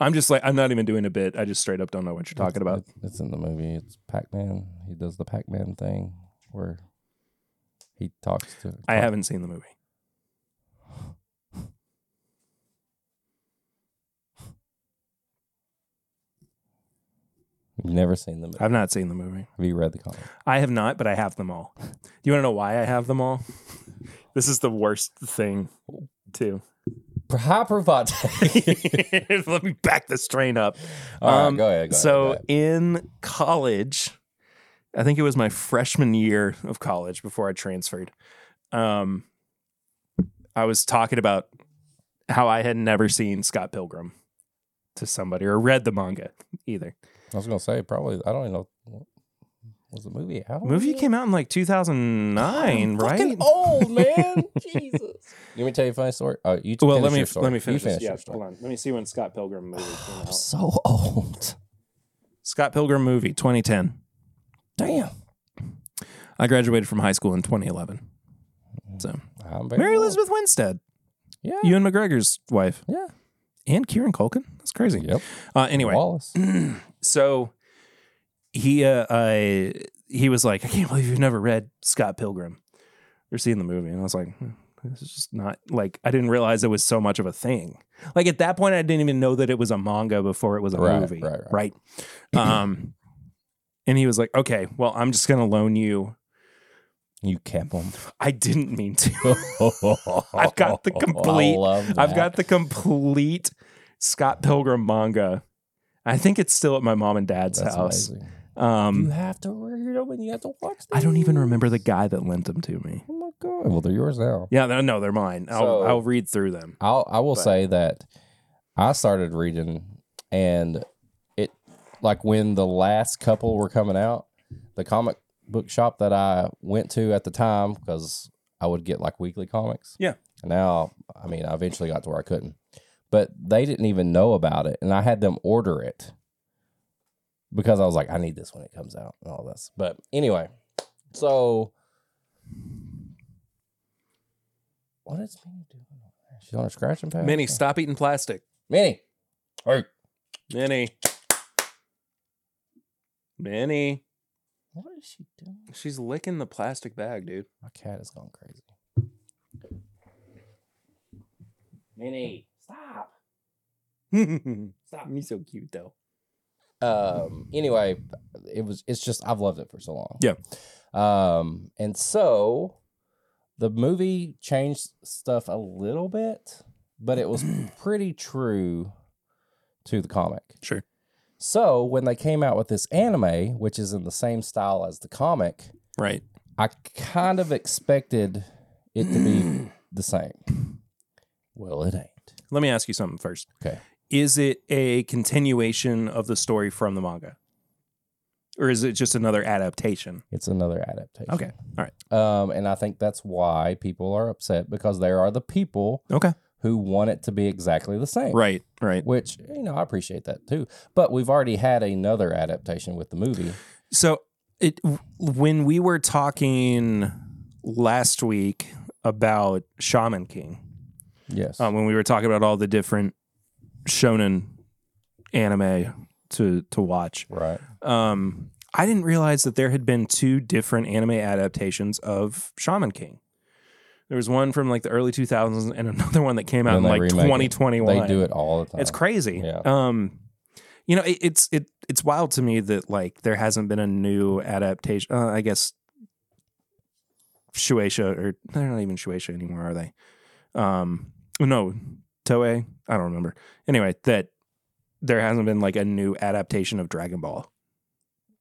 Speaker 1: I'm just like I'm not even doing a bit. I just straight up don't know what you're talking about.
Speaker 2: it- it's in the movie. It's Pac Man. He does the Pac Man thing where he talks to.
Speaker 1: I haven't seen the movie.
Speaker 2: You've never seen the movie.
Speaker 1: I've not seen the movie.
Speaker 2: Have you read the comic?
Speaker 1: I have not, but I have them all. Do you want to know why I have them all? <laughs> This is the worst thing, too.
Speaker 2: High bravate.
Speaker 1: <laughs> Let me back this train up.
Speaker 2: <laughs> All right,
Speaker 1: Um,
Speaker 2: go ahead. Go
Speaker 1: so
Speaker 2: ahead,
Speaker 1: in college, I think it was my freshman year of college before I transferred. Um, I was talking about how I had never seen Scott Pilgrim to somebody or read the manga either.
Speaker 2: I was gonna say probably. I don't even know. what- Was the movie out?
Speaker 1: The movie came out in like 2009, right?
Speaker 2: Fucking old
Speaker 1: <laughs>
Speaker 2: man, Jesus. Let me tell you a funny story. Uh, you
Speaker 1: well,
Speaker 2: finish
Speaker 1: let me
Speaker 2: your story.
Speaker 1: let me
Speaker 2: You
Speaker 1: finish. this.
Speaker 2: your
Speaker 1: Yeah,
Speaker 2: story.
Speaker 1: hold on. Let me see when Scott Pilgrim movie came
Speaker 2: I'm
Speaker 1: out.
Speaker 2: so old.
Speaker 1: Scott Pilgrim movie 2010.
Speaker 2: Damn.
Speaker 1: I graduated from high school in 2011. So
Speaker 2: I'm very
Speaker 1: Mary
Speaker 2: old.
Speaker 1: Elizabeth Winstead,
Speaker 2: Yeah.
Speaker 1: Ewan McGregor's wife.
Speaker 2: yeah.
Speaker 1: and Kieran Culkin. That's crazy.
Speaker 2: Yep.
Speaker 1: Uh, anyway,
Speaker 2: Wallace.
Speaker 1: so he uh, uh, he was like, I can't believe you've never read Scott Pilgrim or seen the movie, and I was like. "Hmm, This is just not like I didn't realize it was so much of a thing. Like at that point, I didn't even know that it was a manga before it was a
Speaker 2: Right,
Speaker 1: movie,
Speaker 2: right,
Speaker 1: right? Um, and he was like, "Okay, well, I'm just gonna loan you."
Speaker 2: You kept him.
Speaker 1: I didn't mean to.
Speaker 2: <laughs>
Speaker 1: <laughs>
Speaker 2: I've
Speaker 1: got the complete-
Speaker 2: <laughs> I love
Speaker 1: I've
Speaker 2: that.
Speaker 1: got the complete Scott Pilgrim manga. I think it's still at my mom and dad's
Speaker 2: That's
Speaker 1: house.
Speaker 2: amazing. you
Speaker 1: Um,
Speaker 2: have to read them and you have to watch them.
Speaker 1: I don't even remember the guy that lent them to me.
Speaker 2: Oh my god. Well, they're yours now.
Speaker 1: Yeah, no, no they're mine. I'll,
Speaker 2: So-
Speaker 1: I'll read through them.
Speaker 2: I'll I will
Speaker 1: But-
Speaker 2: say that I started reading and it like when the last couple were coming out, the comic book shop that I went to at the time because I would get like weekly comics.
Speaker 1: Yeah.
Speaker 2: And now I mean I eventually got to where I couldn't. But they didn't even know about it and I had them order it because I was like, I need this when it comes out and all this. But anyway, so what is Minnie doing? over there? She's on her scratching pad.
Speaker 1: Minnie, stop eating plastic.
Speaker 2: Minnie. Hey.
Speaker 1: Minnie. Minnie.
Speaker 2: What is she doing?
Speaker 1: She's licking the plastic bag, <laughs> dude.
Speaker 2: My cat is going crazy. Minnie, stop.
Speaker 1: stop. You're so cute, though.
Speaker 2: um anyway it was it's just i've loved it for so long
Speaker 1: Yeah.
Speaker 2: um and so the movie changed stuff a little bit but it was <clears throat> pretty true to the comic
Speaker 1: Sure.
Speaker 2: so when they came out with this anime which is in the same style as the comic
Speaker 1: Right.
Speaker 2: i kind of expected it to be the same well it ain't
Speaker 1: <clears throat> Let me ask you something first.
Speaker 2: Okay.
Speaker 1: Is it a continuation of the story from the manga? Or is it just another adaptation?
Speaker 2: It's another adaptation.
Speaker 1: Okay. All
Speaker 2: right. Um, and I think that's why people are upset because there are the people
Speaker 1: Okay.
Speaker 2: who want it to be exactly the same.
Speaker 1: Right, right.
Speaker 2: Which, you know, I appreciate that too. But we've already had another adaptation with the movie.
Speaker 1: So it when we were talking last week about Shaman King, uh,
Speaker 2: Yes.
Speaker 1: um, when we were talking about all the different shonen anime to to watch.
Speaker 2: Right.
Speaker 1: Um, I didn't realize that there had been two different anime adaptations of Shaman King. There was one from like the early 2000s and another one that came out
Speaker 2: Then
Speaker 1: in
Speaker 2: they
Speaker 1: like
Speaker 2: remake it.
Speaker 1: 2021.
Speaker 2: They do it all the time.
Speaker 1: It's crazy.
Speaker 2: Yeah.
Speaker 1: Um, you know, it, it's it it's wild to me that like there hasn't been a new adaptation. Uh, I guess Shueisha or they're not even Shueisha anymore, are they? Um, no, Toei. I don't remember. Anyway, that there hasn't been like a new adaptation of Dragon Ball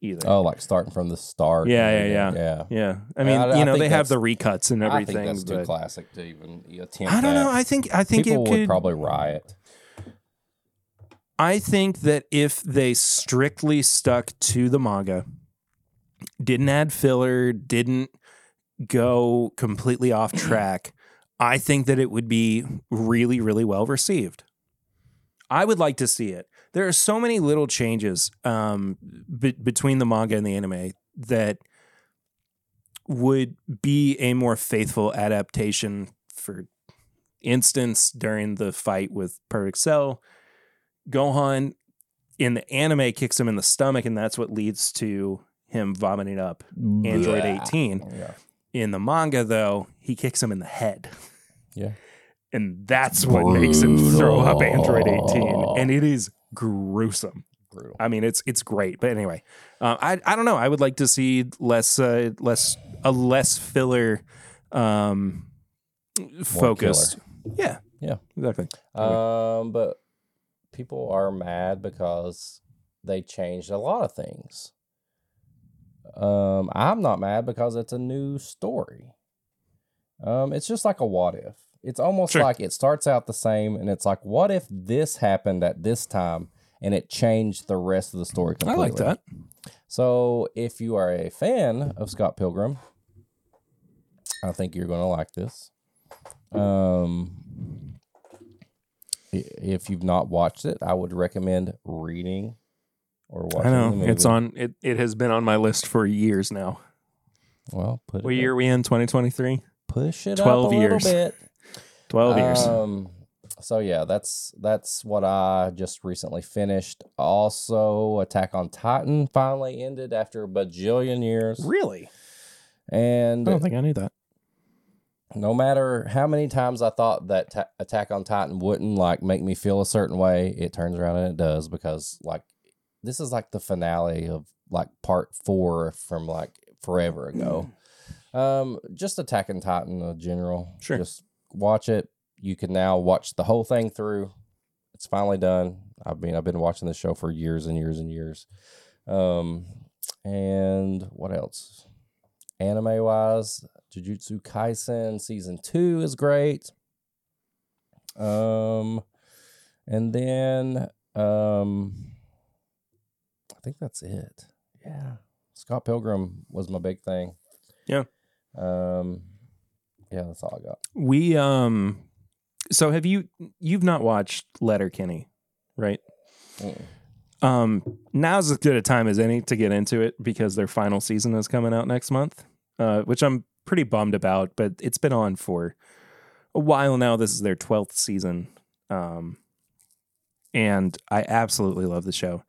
Speaker 1: either.
Speaker 2: Oh, like starting from the start.
Speaker 1: Yeah,
Speaker 2: and
Speaker 1: yeah,
Speaker 2: everything. yeah.
Speaker 1: Yeah, I mean,
Speaker 2: I- I
Speaker 1: you know,
Speaker 2: think
Speaker 1: they have
Speaker 2: that's-
Speaker 1: the recuts and everything.
Speaker 2: I think that's too
Speaker 1: but-
Speaker 2: classic to even attempt.
Speaker 1: I don't
Speaker 2: that.
Speaker 1: know. I think I think
Speaker 2: people
Speaker 1: it
Speaker 2: would
Speaker 1: could
Speaker 2: probably riot.
Speaker 1: I think that if they strictly stuck to the manga, didn't add filler, didn't go completely off track, I think that it would be really, really well received. I would like to see it. There are so many little changes um, be- between the manga and the anime that would be a more faithful adaptation. For instance, during the fight with Perfect Cell, Gohan in the anime kicks him in the stomach, and that's what leads to him vomiting up Android
Speaker 2: Blah.
Speaker 1: 18.
Speaker 2: Yeah.
Speaker 1: In the manga, though, he kicks him in the head.
Speaker 2: Yeah.
Speaker 1: And that's what makes him throw up Android 18.
Speaker 2: Brutal.
Speaker 1: And it is gruesome.
Speaker 2: Brutal.
Speaker 1: I mean, it's it's great. But anyway, uh, I I don't know. I would like to see less uh, less a less filler um, focused. Yeah.
Speaker 2: Yeah.
Speaker 1: Exactly.
Speaker 2: Um, but people are mad because they changed a lot of things. Um, I'm not mad because it's a new story. Um, it's just like a what if. It's almost
Speaker 1: Sure.
Speaker 2: like it starts out the same, and it's like, what if this happened at this time, and it changed the rest of the story
Speaker 1: I
Speaker 2: completely.
Speaker 1: like that.
Speaker 2: So, if you are a fan of Scott Pilgrim, I think you're going to like this. Um, i- if you've not watched it, I would recommend reading or watching.
Speaker 1: I
Speaker 2: the
Speaker 1: know.
Speaker 2: movie.
Speaker 1: It's on it, it has been on my list for years now.
Speaker 2: Well, put it
Speaker 1: What
Speaker 2: up-
Speaker 1: year are we in? 2023?
Speaker 2: Push it
Speaker 1: 12
Speaker 2: up a
Speaker 1: years.
Speaker 2: little bit.
Speaker 1: 12 years.
Speaker 2: Um, so yeah, that's that's what I just recently finished. Also, Attack on Titan finally ended after a bajillion years,
Speaker 1: Really? I
Speaker 2: and
Speaker 1: don't think I knew that.
Speaker 2: no matter how many times I thought that ta- Attack on Titan wouldn't like make me feel a certain way, it turns around and it does because like this is like the finale of like part four from like forever ago. Um, just Attack on Titan in general.
Speaker 1: Sure.
Speaker 2: Just watch it. You can now watch the whole thing through. It's finally done. I mean, I've been watching the show for years and years and years. Um, and what else? Anime wise, Jujutsu Kaisen season two is great. Um, and then um, I think that's it. Yeah, Scott Pilgrim was my big thing.
Speaker 1: Yeah.
Speaker 2: Um, yeah, that's all I got.
Speaker 1: We um so have you you've not watched Letterkenny, right?
Speaker 2: Mm.
Speaker 1: Um now's as good a time as any to get into it because their final season is coming out next month, uh which I'm pretty bummed about, but it's been on for a while now. This is their 12th season. Um and I absolutely love the show.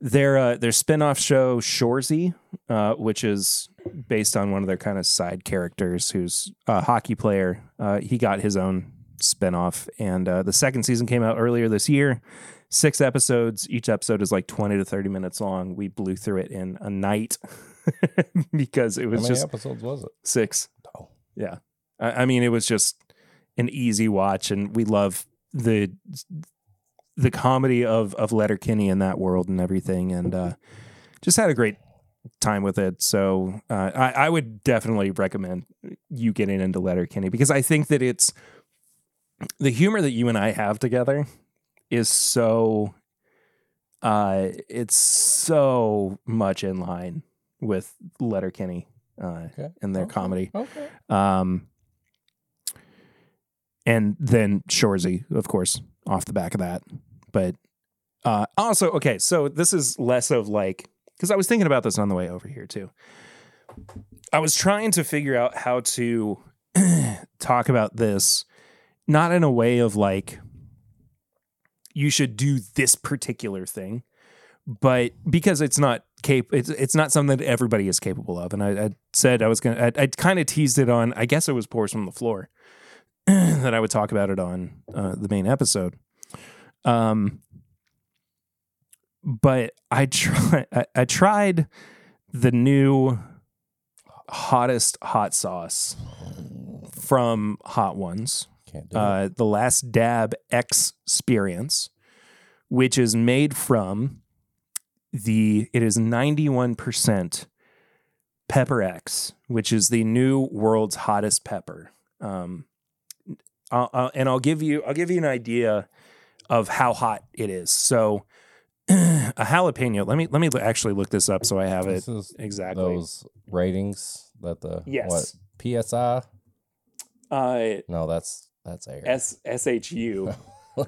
Speaker 1: Their uh their spin-off show Shorzy, uh which is based on one of their kind of side characters who's a hockey player. Uh, he got his own spinoff, and uh, the second season came out earlier this year. Six episodes. Each episode is like 20 to 30 minutes long. We blew through it in a night <laughs> because it
Speaker 2: How
Speaker 1: was
Speaker 2: many
Speaker 1: just
Speaker 2: episodes was it?
Speaker 1: six.
Speaker 2: Oh.
Speaker 1: Yeah. I, I mean, it was just an easy watch, and we love the the comedy of of Letterkenny in that world and everything, and uh, just had a great time with it. So uh, I, I would definitely recommend you getting into Letterkenny because I think that it's the humor that you and I have together is so uh it's so much in line with Letterkenny uh
Speaker 2: Okay.
Speaker 1: in their
Speaker 2: Okay.
Speaker 1: comedy.
Speaker 2: Okay.
Speaker 1: Um, and then Shorzy, of course, off the back of that. But uh, also, okay, so this is less of like, because I was thinking about this on the way over here too. I was trying to figure out how to <clears throat> talk about this, not in a way of like, you should do this particular thing, but because it's not cap- it's it's not something that everybody is capable of. And I, I said I was gonna, I, I kind of teased it on. I guess it was pours from the floor <clears throat> that I would talk about it on uh, the main episode. Um, but I try, <laughs> I, I tried the new hottest hot sauce from Hot Ones
Speaker 2: Can't do it.
Speaker 1: uh, the Last Dab Experience, which is made from the it is 91% Pepper X, which is the new world's hottest pepper. Um, I'll, I'll- and I'll give you I'll give you an idea of how hot it is. So <clears throat> a jalapeno. Let me let me actually look this up so I have it
Speaker 2: This is
Speaker 1: exactly.
Speaker 2: those ratings that the
Speaker 1: Yes.
Speaker 2: what psi?
Speaker 1: Uh,
Speaker 2: No, that's that's air.
Speaker 1: S S H U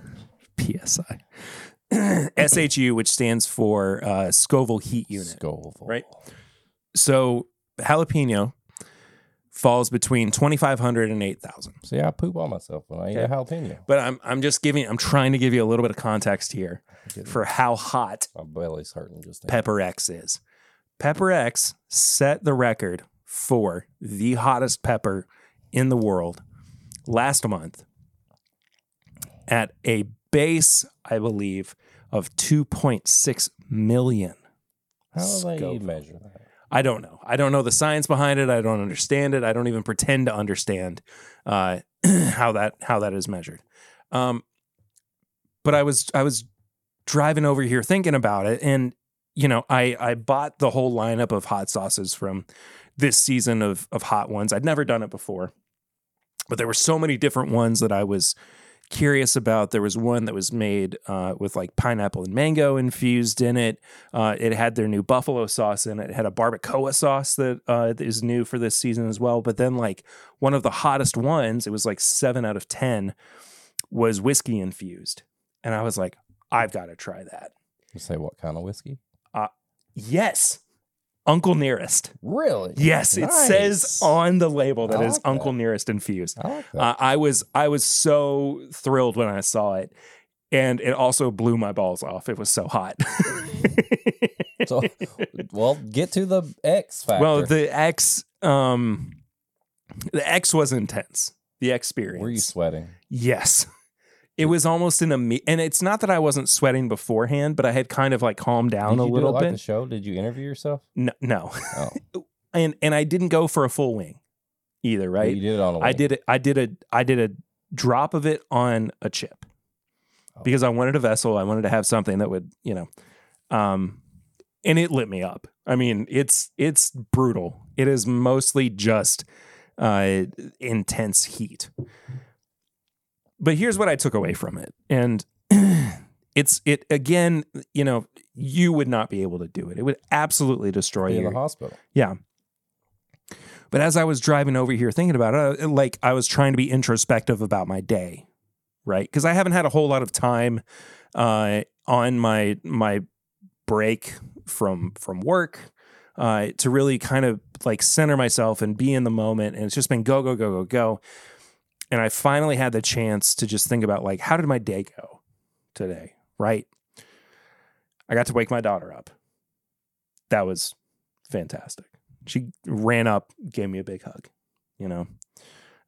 Speaker 1: <clears throat> PSI SHU, which stands for uh, Scoville Heat Unit.
Speaker 2: Scoville.
Speaker 1: right? So jalapeno falls between twenty five hundred and eight thousand.
Speaker 2: See, I poop on myself when I eat a jalapeno.
Speaker 1: But I'm I'm just giving I'm trying to give you a little bit of context here
Speaker 2: Get it.
Speaker 1: for how hot
Speaker 2: My belly's hurting just now.
Speaker 1: Pepper X is. Pepper X set the record for the hottest pepper in the world last month at a base, I believe, of 2.6 million.
Speaker 2: How do they
Speaker 1: Scoville.
Speaker 2: measure that?
Speaker 1: I don't know. I don't know the science behind it. I don't understand it. I don't even pretend to understand uh, <clears throat> how that how that is measured. Um, but I was I was driving over here thinking about it, and you know I I bought the whole lineup of hot sauces from this season of of hot ones. I'd never done it before, but there were so many different ones that I was curious about. There was one that was made uh, with like pineapple and mango infused in it. Uh, it had their new buffalo sauce in it. It had a barbacoa sauce that uh, is new for this season as well. But then, like one of the hottest ones, it was like seven out of ten, was whiskey infused, and I was like, I've got to try that.
Speaker 2: You say what kind of whiskey?
Speaker 1: Yes, Uncle Nearest.
Speaker 2: Really?
Speaker 1: Yes, it says
Speaker 2: Nice.
Speaker 1: on the label that
Speaker 2: I
Speaker 1: is
Speaker 2: like that.
Speaker 1: Uncle Nearest infused.
Speaker 2: I like that.
Speaker 1: Uh, I was I was so thrilled when I saw it, and it also blew my balls off. It was so hot. <laughs>
Speaker 2: so, <laughs> well, get to the X factor.
Speaker 1: Well, the X, um, the X was intense. The experience.
Speaker 2: were you sweating?
Speaker 1: yes. It was almost an imme- and it's not that I wasn't sweating beforehand, but I had kind of like calmed down a
Speaker 2: Did you do it
Speaker 1: little
Speaker 2: like
Speaker 1: bit.
Speaker 2: The show? Did you interview yourself?
Speaker 1: no, no.
Speaker 2: Oh.
Speaker 1: <laughs> and and I didn't go for a full wing either,
Speaker 2: Well,
Speaker 1: right?
Speaker 2: You did it on a.
Speaker 1: I
Speaker 2: whim.
Speaker 1: did it. I did a. I did a drop of it on a chip
Speaker 2: Oh.
Speaker 1: because I wanted a vessel. I wanted to have something that would, you know, um, and it lit me up. I mean, it's it's brutal. It is mostly just uh, intense heat. But here's what I took away from it, and <clears throat> it's it again. You know, you would not be able to do it. It would absolutely destroy
Speaker 2: Be in
Speaker 1: you.
Speaker 2: the hospital.
Speaker 1: But as I was driving over here thinking about it, I- like I was trying to be introspective about my day, right? Because I haven't had a whole lot of time uh, on my my break from from work uh, to really kind of like center myself and be in the moment. And it's just been go go go go go. And I finally had the chance to just think about like how did my day go today, right? I got to wake my daughter up. That was fantastic she ran up, gave me a big hug. You know,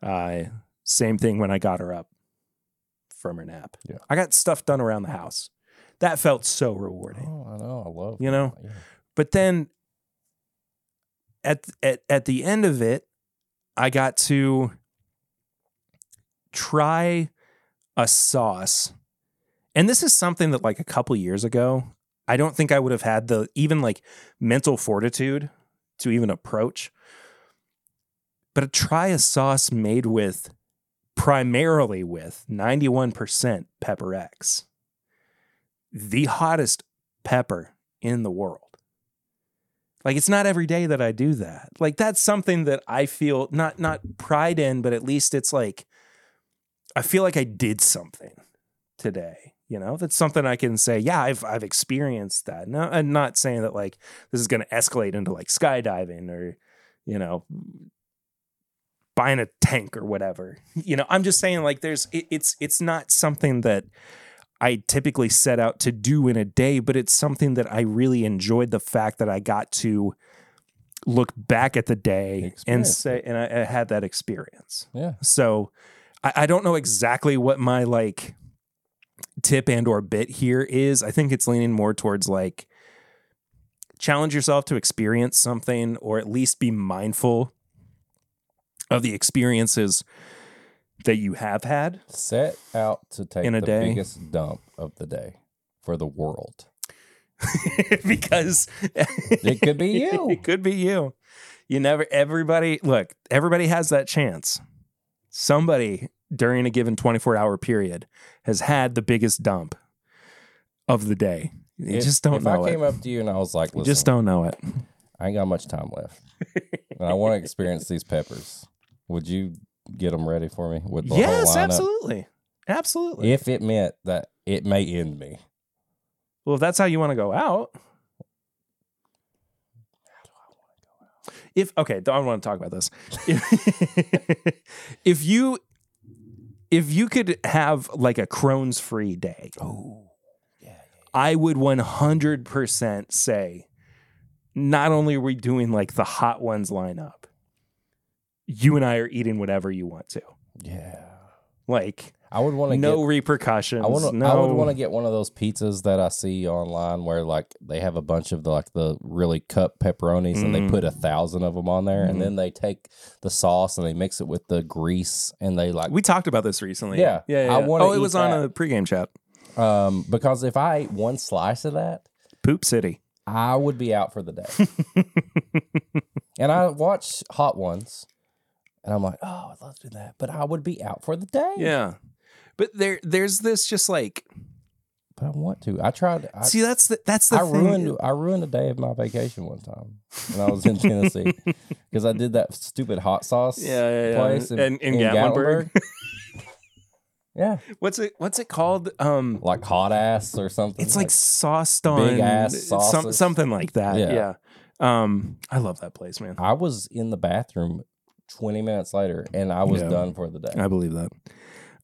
Speaker 1: uh, same thing when I got her up from her nap.
Speaker 2: Yeah.
Speaker 1: I got stuff done around the house. That felt so rewarding,
Speaker 2: Oh, I know. I love.
Speaker 1: you know.
Speaker 2: Yeah.
Speaker 1: But then, at at at the end of it, I got to try a sauce, and this is something that like a couple years ago, I don't think I would have had the even like mental fortitude to even approach. But try a sauce made with primarily with 91% pepper X, the hottest pepper in the world. Like it's not every day that I do that. Like that's something that I feel not not pride in, but at least it's like I feel like I did something today. You know, that's something I can say. Yeah, I've I've experienced that. No, I'm not saying that like this is going to escalate into like skydiving or you know buying a tank or whatever you know i'm just saying like there's it, it's it's not something that I typically set out to do in a day, but it's something that I really enjoyed the fact that I got to look back at the day and
Speaker 2: Experience
Speaker 1: say, and I, I had that experience.
Speaker 2: Yeah.
Speaker 1: So I, I don't know exactly what my like tip and or bit here is. I think it's leaning more towards like challenge yourself to experience something or at least be mindful of the experiences that you have had. <laughs>
Speaker 2: Set out to take
Speaker 1: In a
Speaker 2: the
Speaker 1: day.
Speaker 2: biggest dump of the day for
Speaker 1: <laughs>
Speaker 2: the world.
Speaker 1: because <laughs>
Speaker 2: It could be you.
Speaker 1: it could be you. You never, everybody, look, everybody has that chance. Somebody during a given 24 hour period has had the biggest dump of the day. You
Speaker 2: If-
Speaker 1: just don't
Speaker 2: if
Speaker 1: know
Speaker 2: I
Speaker 1: it.
Speaker 2: came up to you and I was like,
Speaker 1: You
Speaker 2: listen,
Speaker 1: just don't know it.
Speaker 2: I ain't got much time
Speaker 1: <laughs>
Speaker 2: left. and I want to experience these peppers. Would you get them ready for me? With the whole
Speaker 1: Yes,
Speaker 2: lineup?
Speaker 1: absolutely. Absolutely.
Speaker 2: If it meant that it may end me.
Speaker 1: well, if that's how you want to go out. If okay, I want to talk about this. if <laughs> you if you could have like a Crohn's free day,
Speaker 2: Oh, yeah.
Speaker 1: I would 100% say not only are we doing like the hot ones lineup, you and I are eating whatever you want to.
Speaker 2: Yeah.
Speaker 1: Like
Speaker 2: I would want to
Speaker 1: no
Speaker 2: get.
Speaker 1: repercussions.
Speaker 2: I want.
Speaker 1: no,
Speaker 2: I would want to get one of those pizzas that I see online where like they have a bunch of the, like the really cut pepperonis and they
Speaker 1: Mm.
Speaker 2: put a thousand of them on there
Speaker 1: Mhm.
Speaker 2: and then they take the sauce and they mix it with the grease and they like
Speaker 1: we talked about this recently.
Speaker 2: Yeah.
Speaker 1: Yeah. yeah,
Speaker 2: I
Speaker 1: yeah.
Speaker 2: wanna
Speaker 1: oh, it
Speaker 2: eat
Speaker 1: was on
Speaker 2: that.
Speaker 1: a pregame chat.
Speaker 2: um because if I ate one slice of that,
Speaker 1: Poop City.
Speaker 2: I would be out for the day.
Speaker 1: <laughs>
Speaker 2: and I watch Hot Ones, and I'm like, oh, I'd love to do that, but I would be out for the day.
Speaker 1: Yeah. But there there's this just like
Speaker 2: but I want to. I tried. I,
Speaker 1: see that's the that's the
Speaker 2: I
Speaker 1: thing.
Speaker 2: ruined. I ruined a day of my vacation one time when I was in
Speaker 1: <laughs>
Speaker 2: Tennessee because I did that stupid hot sauce
Speaker 1: Yeah, yeah, yeah.
Speaker 2: place in,
Speaker 1: And- in
Speaker 2: in,
Speaker 1: Gatlinburg.
Speaker 2: Gatlinburg. <laughs> yeah,
Speaker 1: <laughs> What's it what's it called? Um
Speaker 2: like hot ass or something.
Speaker 1: It's like sauced on
Speaker 2: ass
Speaker 1: some,
Speaker 2: sauces.
Speaker 1: something like that. Yeah.
Speaker 2: Yeah.
Speaker 1: Um, I love that place, man.
Speaker 2: I was in the bathroom 20 minutes later, and I was
Speaker 1: Yeah.
Speaker 2: done for the day.
Speaker 1: I believe that.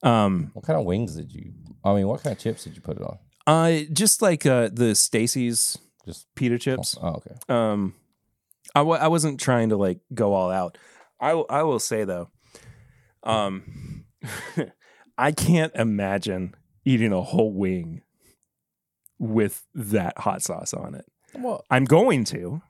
Speaker 1: Um,
Speaker 2: what kind of wings did you? I mean, what kind of chips did you put it on?
Speaker 1: I just like uh, the Stacy's
Speaker 2: Just
Speaker 1: pita chips.
Speaker 2: Oh, okay.
Speaker 1: Um, I w- I wasn't trying to like go all out. I w- I will say though, um, <laughs> I can't imagine eating a whole wing with that hot sauce on it.
Speaker 2: Well,
Speaker 1: I'm going to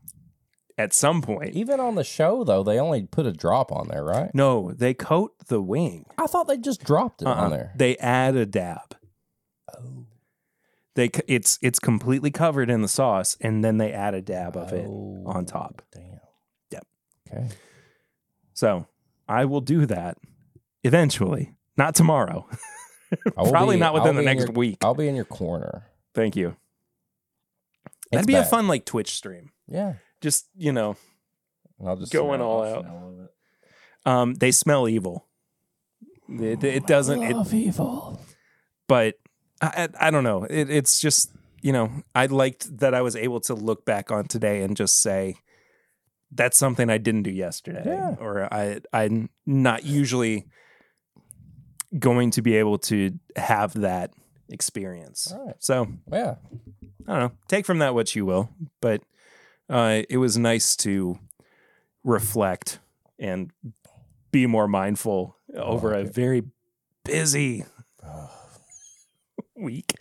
Speaker 1: at some point.
Speaker 2: even on the show though, they only put a drop on there, right?
Speaker 1: No, they coat the wing.
Speaker 2: I thought they just dropped it
Speaker 1: Uh-uh.
Speaker 2: on there.
Speaker 1: They add a dab.
Speaker 2: Oh,
Speaker 1: They c- it's it's completely covered in the sauce, and then they add a dab of it on top.
Speaker 2: Damn.
Speaker 1: Yep. <laughs>
Speaker 2: Okay.
Speaker 1: So I will do that eventually, not tomorrow,
Speaker 2: I will
Speaker 1: probably
Speaker 2: be-
Speaker 1: not
Speaker 2: I'll
Speaker 1: within the
Speaker 2: be in
Speaker 1: next
Speaker 2: your-
Speaker 1: week.
Speaker 2: I'll be in your corner.
Speaker 1: Thank you.
Speaker 2: It's
Speaker 1: That'd be a
Speaker 2: bad.
Speaker 1: fun like Twitch stream.
Speaker 2: Yeah.
Speaker 1: Just you know,
Speaker 2: And I'll just
Speaker 1: Going
Speaker 2: smell-
Speaker 1: all
Speaker 2: I'll
Speaker 1: out.
Speaker 2: smell of it.
Speaker 1: um, they smell evil. It, it doesn't. It,
Speaker 2: Love evil.
Speaker 1: but I, I I don't know. It, it's just you know I liked that I was able to look back on today and just say that's something I didn't do yesterday,
Speaker 2: Yeah.
Speaker 1: or I I'm not usually going to be able to have that experience.
Speaker 2: All right.
Speaker 1: So
Speaker 2: Yeah.
Speaker 1: I don't know. Take from that what you will, but uh, it was nice to reflect and be more mindful over
Speaker 2: like
Speaker 1: a
Speaker 2: it.
Speaker 1: very busy week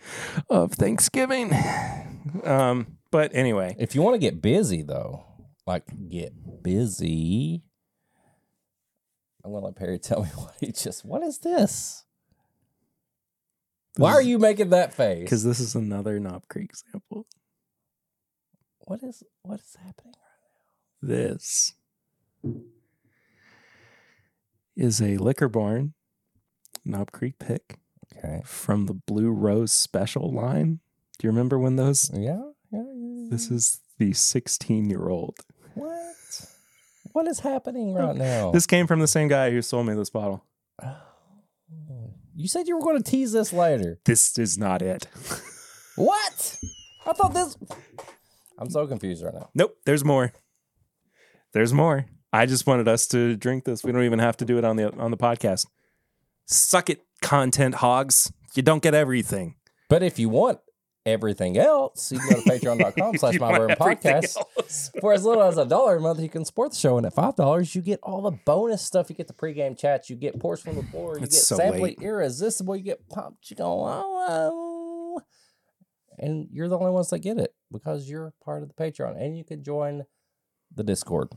Speaker 1: of Thanksgiving. Um, but anyway,
Speaker 2: If you want to get busy though, like get busy. I'm gonna let Perry <laughs> tell me what he just. What is this? Why
Speaker 1: <laughs>
Speaker 2: are you making that face?
Speaker 1: Because this is another Knob Creek sample.
Speaker 2: what is what is happening?
Speaker 1: This is a liquor barn Knob Creek pick
Speaker 2: Okay.
Speaker 1: from the Blue Rose Special line. Do you remember when those
Speaker 2: Yeah. yeah, yeah. <laughs>
Speaker 1: This is the 16 year old.
Speaker 2: what? What is happening right now?
Speaker 1: This came from the same guy who sold me this bottle.
Speaker 2: Oh. You said you were going to tease this later.
Speaker 1: This is not it. <laughs>
Speaker 2: What? I thought this. I'm so confused right now.
Speaker 1: nope, there's more. There's more. I just wanted us to drink this. We don't even have to do it on the on the podcast. Suck it, content hogs. You don't get everything.
Speaker 2: But if you want everything else, <laughs> you can <laughs> go to patreon.com slash
Speaker 1: You
Speaker 2: my
Speaker 1: want
Speaker 2: bourbon
Speaker 1: everything
Speaker 2: podcast.
Speaker 1: else.
Speaker 2: For as little as a dollar a month, you can support the show, and at five dollars, you get all the bonus stuff. You get the pregame chats, you get pours from the floor, you
Speaker 1: It's
Speaker 2: get
Speaker 1: so
Speaker 2: sampling
Speaker 1: late.
Speaker 2: irresistible, you get pumped, you go, "Oh, oh." and you're the only ones that get it because you're part of the Patreon, and you can join the Discord.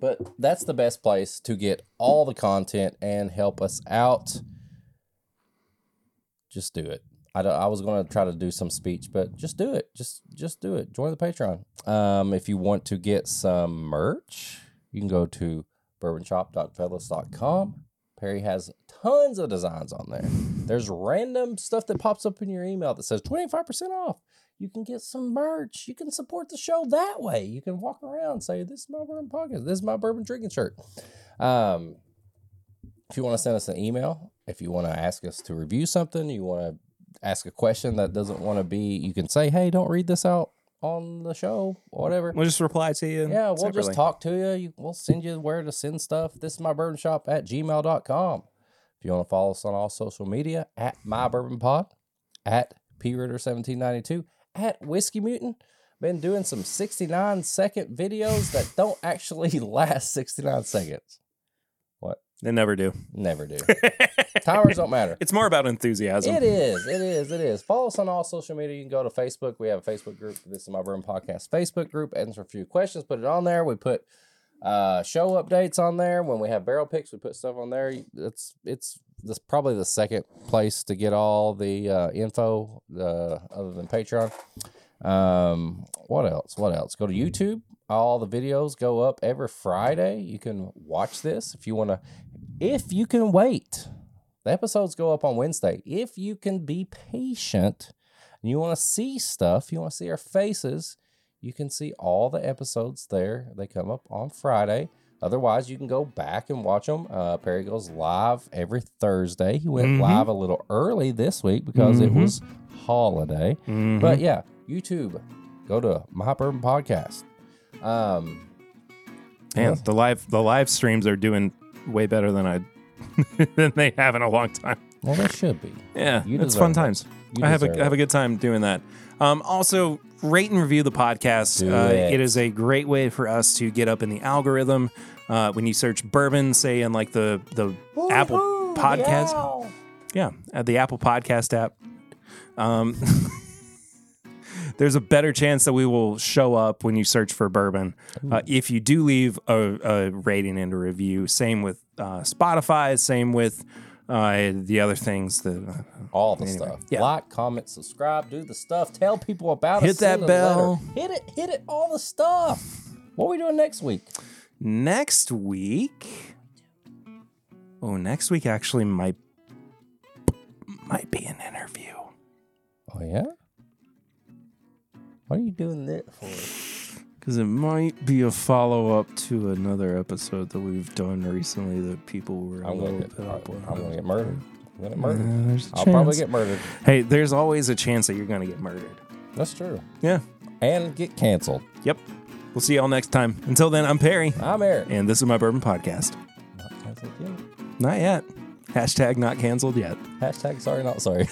Speaker 2: But that's the best place to get all the content and help us out. Just do it. I, don't- I was going to try to do some speech, but just do it. Just just do it. Join the Patreon. Um, if you want to get some merch, you can go to bourbonshop.fellas.com. Perry has tons of designs on there. There's random stuff that pops up in your email that says 25% off. You can get some merch. You can support the show that way. You can walk around and say, This is my bourbon podcast. This is my bourbon drinking shirt. Um, if you want to send us an email, if you want to ask us to review something, you want to ask a question that doesn't want to be, you can say, Hey, don't read this out on the show, whatever.
Speaker 1: <laughs> We'll just reply to you.
Speaker 2: Yeah, we'll
Speaker 1: separately.
Speaker 2: just talk to you. you. We'll send you where to send stuff. This is my bourbon shop at gmail.com. If you want to follow us on all social media, at my bourbon pod, at pritter1792, at whiskey mutant. Been doing some 69 second videos that don't actually <laughs> last 69 seconds.
Speaker 1: They never
Speaker 2: <laughs>
Speaker 1: do.
Speaker 2: Never do. Timers don't matter.
Speaker 1: It's more about enthusiasm.
Speaker 2: It is. It is. It is. Follow us on all social media. You can go to Facebook. We have a Facebook group. This is my room podcast Facebook group. Answer a few questions. Put it on there. We put uh, show updates on there. When we have barrel picks, we put stuff on there. It's it's that's probably the second place to get all the uh, info uh, other than Patreon. Um, what else? What else? Go to YouTube. All the videos go up every Friday. You can watch this if you want to. If you can wait, the episodes go up on Wednesday. If you can be patient and you want to see stuff, you want to see our faces, you can see all the episodes there. They come up on Friday. Otherwise, you can go back and watch them. Uh, Perry goes live every Thursday. He went
Speaker 1: Mhm.
Speaker 2: live a little early this week because
Speaker 1: Mhm.
Speaker 2: it was holiday.
Speaker 1: Mhm.
Speaker 2: But yeah, YouTube, go to My Bourbon Podcast. Um,
Speaker 1: Man, the live the live streams are doing way better than I <laughs> than they have in a long time.
Speaker 2: well, that should be.
Speaker 1: Yeah,
Speaker 2: You
Speaker 1: it's fun
Speaker 2: deserve it.
Speaker 1: times.
Speaker 2: You
Speaker 1: I have
Speaker 2: deserve
Speaker 1: a
Speaker 2: it.
Speaker 1: have a good time doing that. Um, also, rate and review the podcast.
Speaker 2: Do
Speaker 1: Uh,
Speaker 2: it.
Speaker 1: it is a great way for us to get up in the algorithm. Uh, when you search bourbon, say in like the the Apple Podcast, yeah,
Speaker 2: Yeah.
Speaker 1: at the Apple Podcast app. Um, <laughs> there's a better chance that we will show up when you search for bourbon. Uh, if you do leave a, a rating and a review, same with uh, Spotify, same with uh, the other things. uh, The
Speaker 2: All the
Speaker 1: Anyway,
Speaker 2: stuff.
Speaker 1: yeah.
Speaker 2: Like, comment, subscribe, do the stuff. Tell people about
Speaker 1: Hit
Speaker 2: us.
Speaker 1: that
Speaker 2: send a letter.
Speaker 1: bell.
Speaker 2: Hit it. Hit it. All the stuff. What are we doing next week?
Speaker 1: next week, oh, next week actually might might be an interview.
Speaker 2: Oh yeah. What are you doing that for?
Speaker 1: Because it might be a follow up to another episode that we've done recently that people were a
Speaker 2: I'm
Speaker 1: little
Speaker 2: gonna get.
Speaker 1: bit
Speaker 2: I'm
Speaker 1: up on.
Speaker 2: gonna get murdered. I'm gonna get murdered.
Speaker 1: Yeah, there's a
Speaker 2: I'll probably
Speaker 1: chance.
Speaker 2: get murdered.
Speaker 1: Hey, there's always a chance that you're going to get murdered.
Speaker 2: That's true.
Speaker 1: Yeah.
Speaker 2: And get canceled.
Speaker 1: Yep. We'll see y'all next time. Until then, I'm Perry,
Speaker 2: I'm Eric.
Speaker 1: and this is my bourbon podcast.
Speaker 2: Not canceled yet.
Speaker 1: Not yet. Hashtag not canceled yet.
Speaker 2: <laughs> Hashtag sorry, not sorry.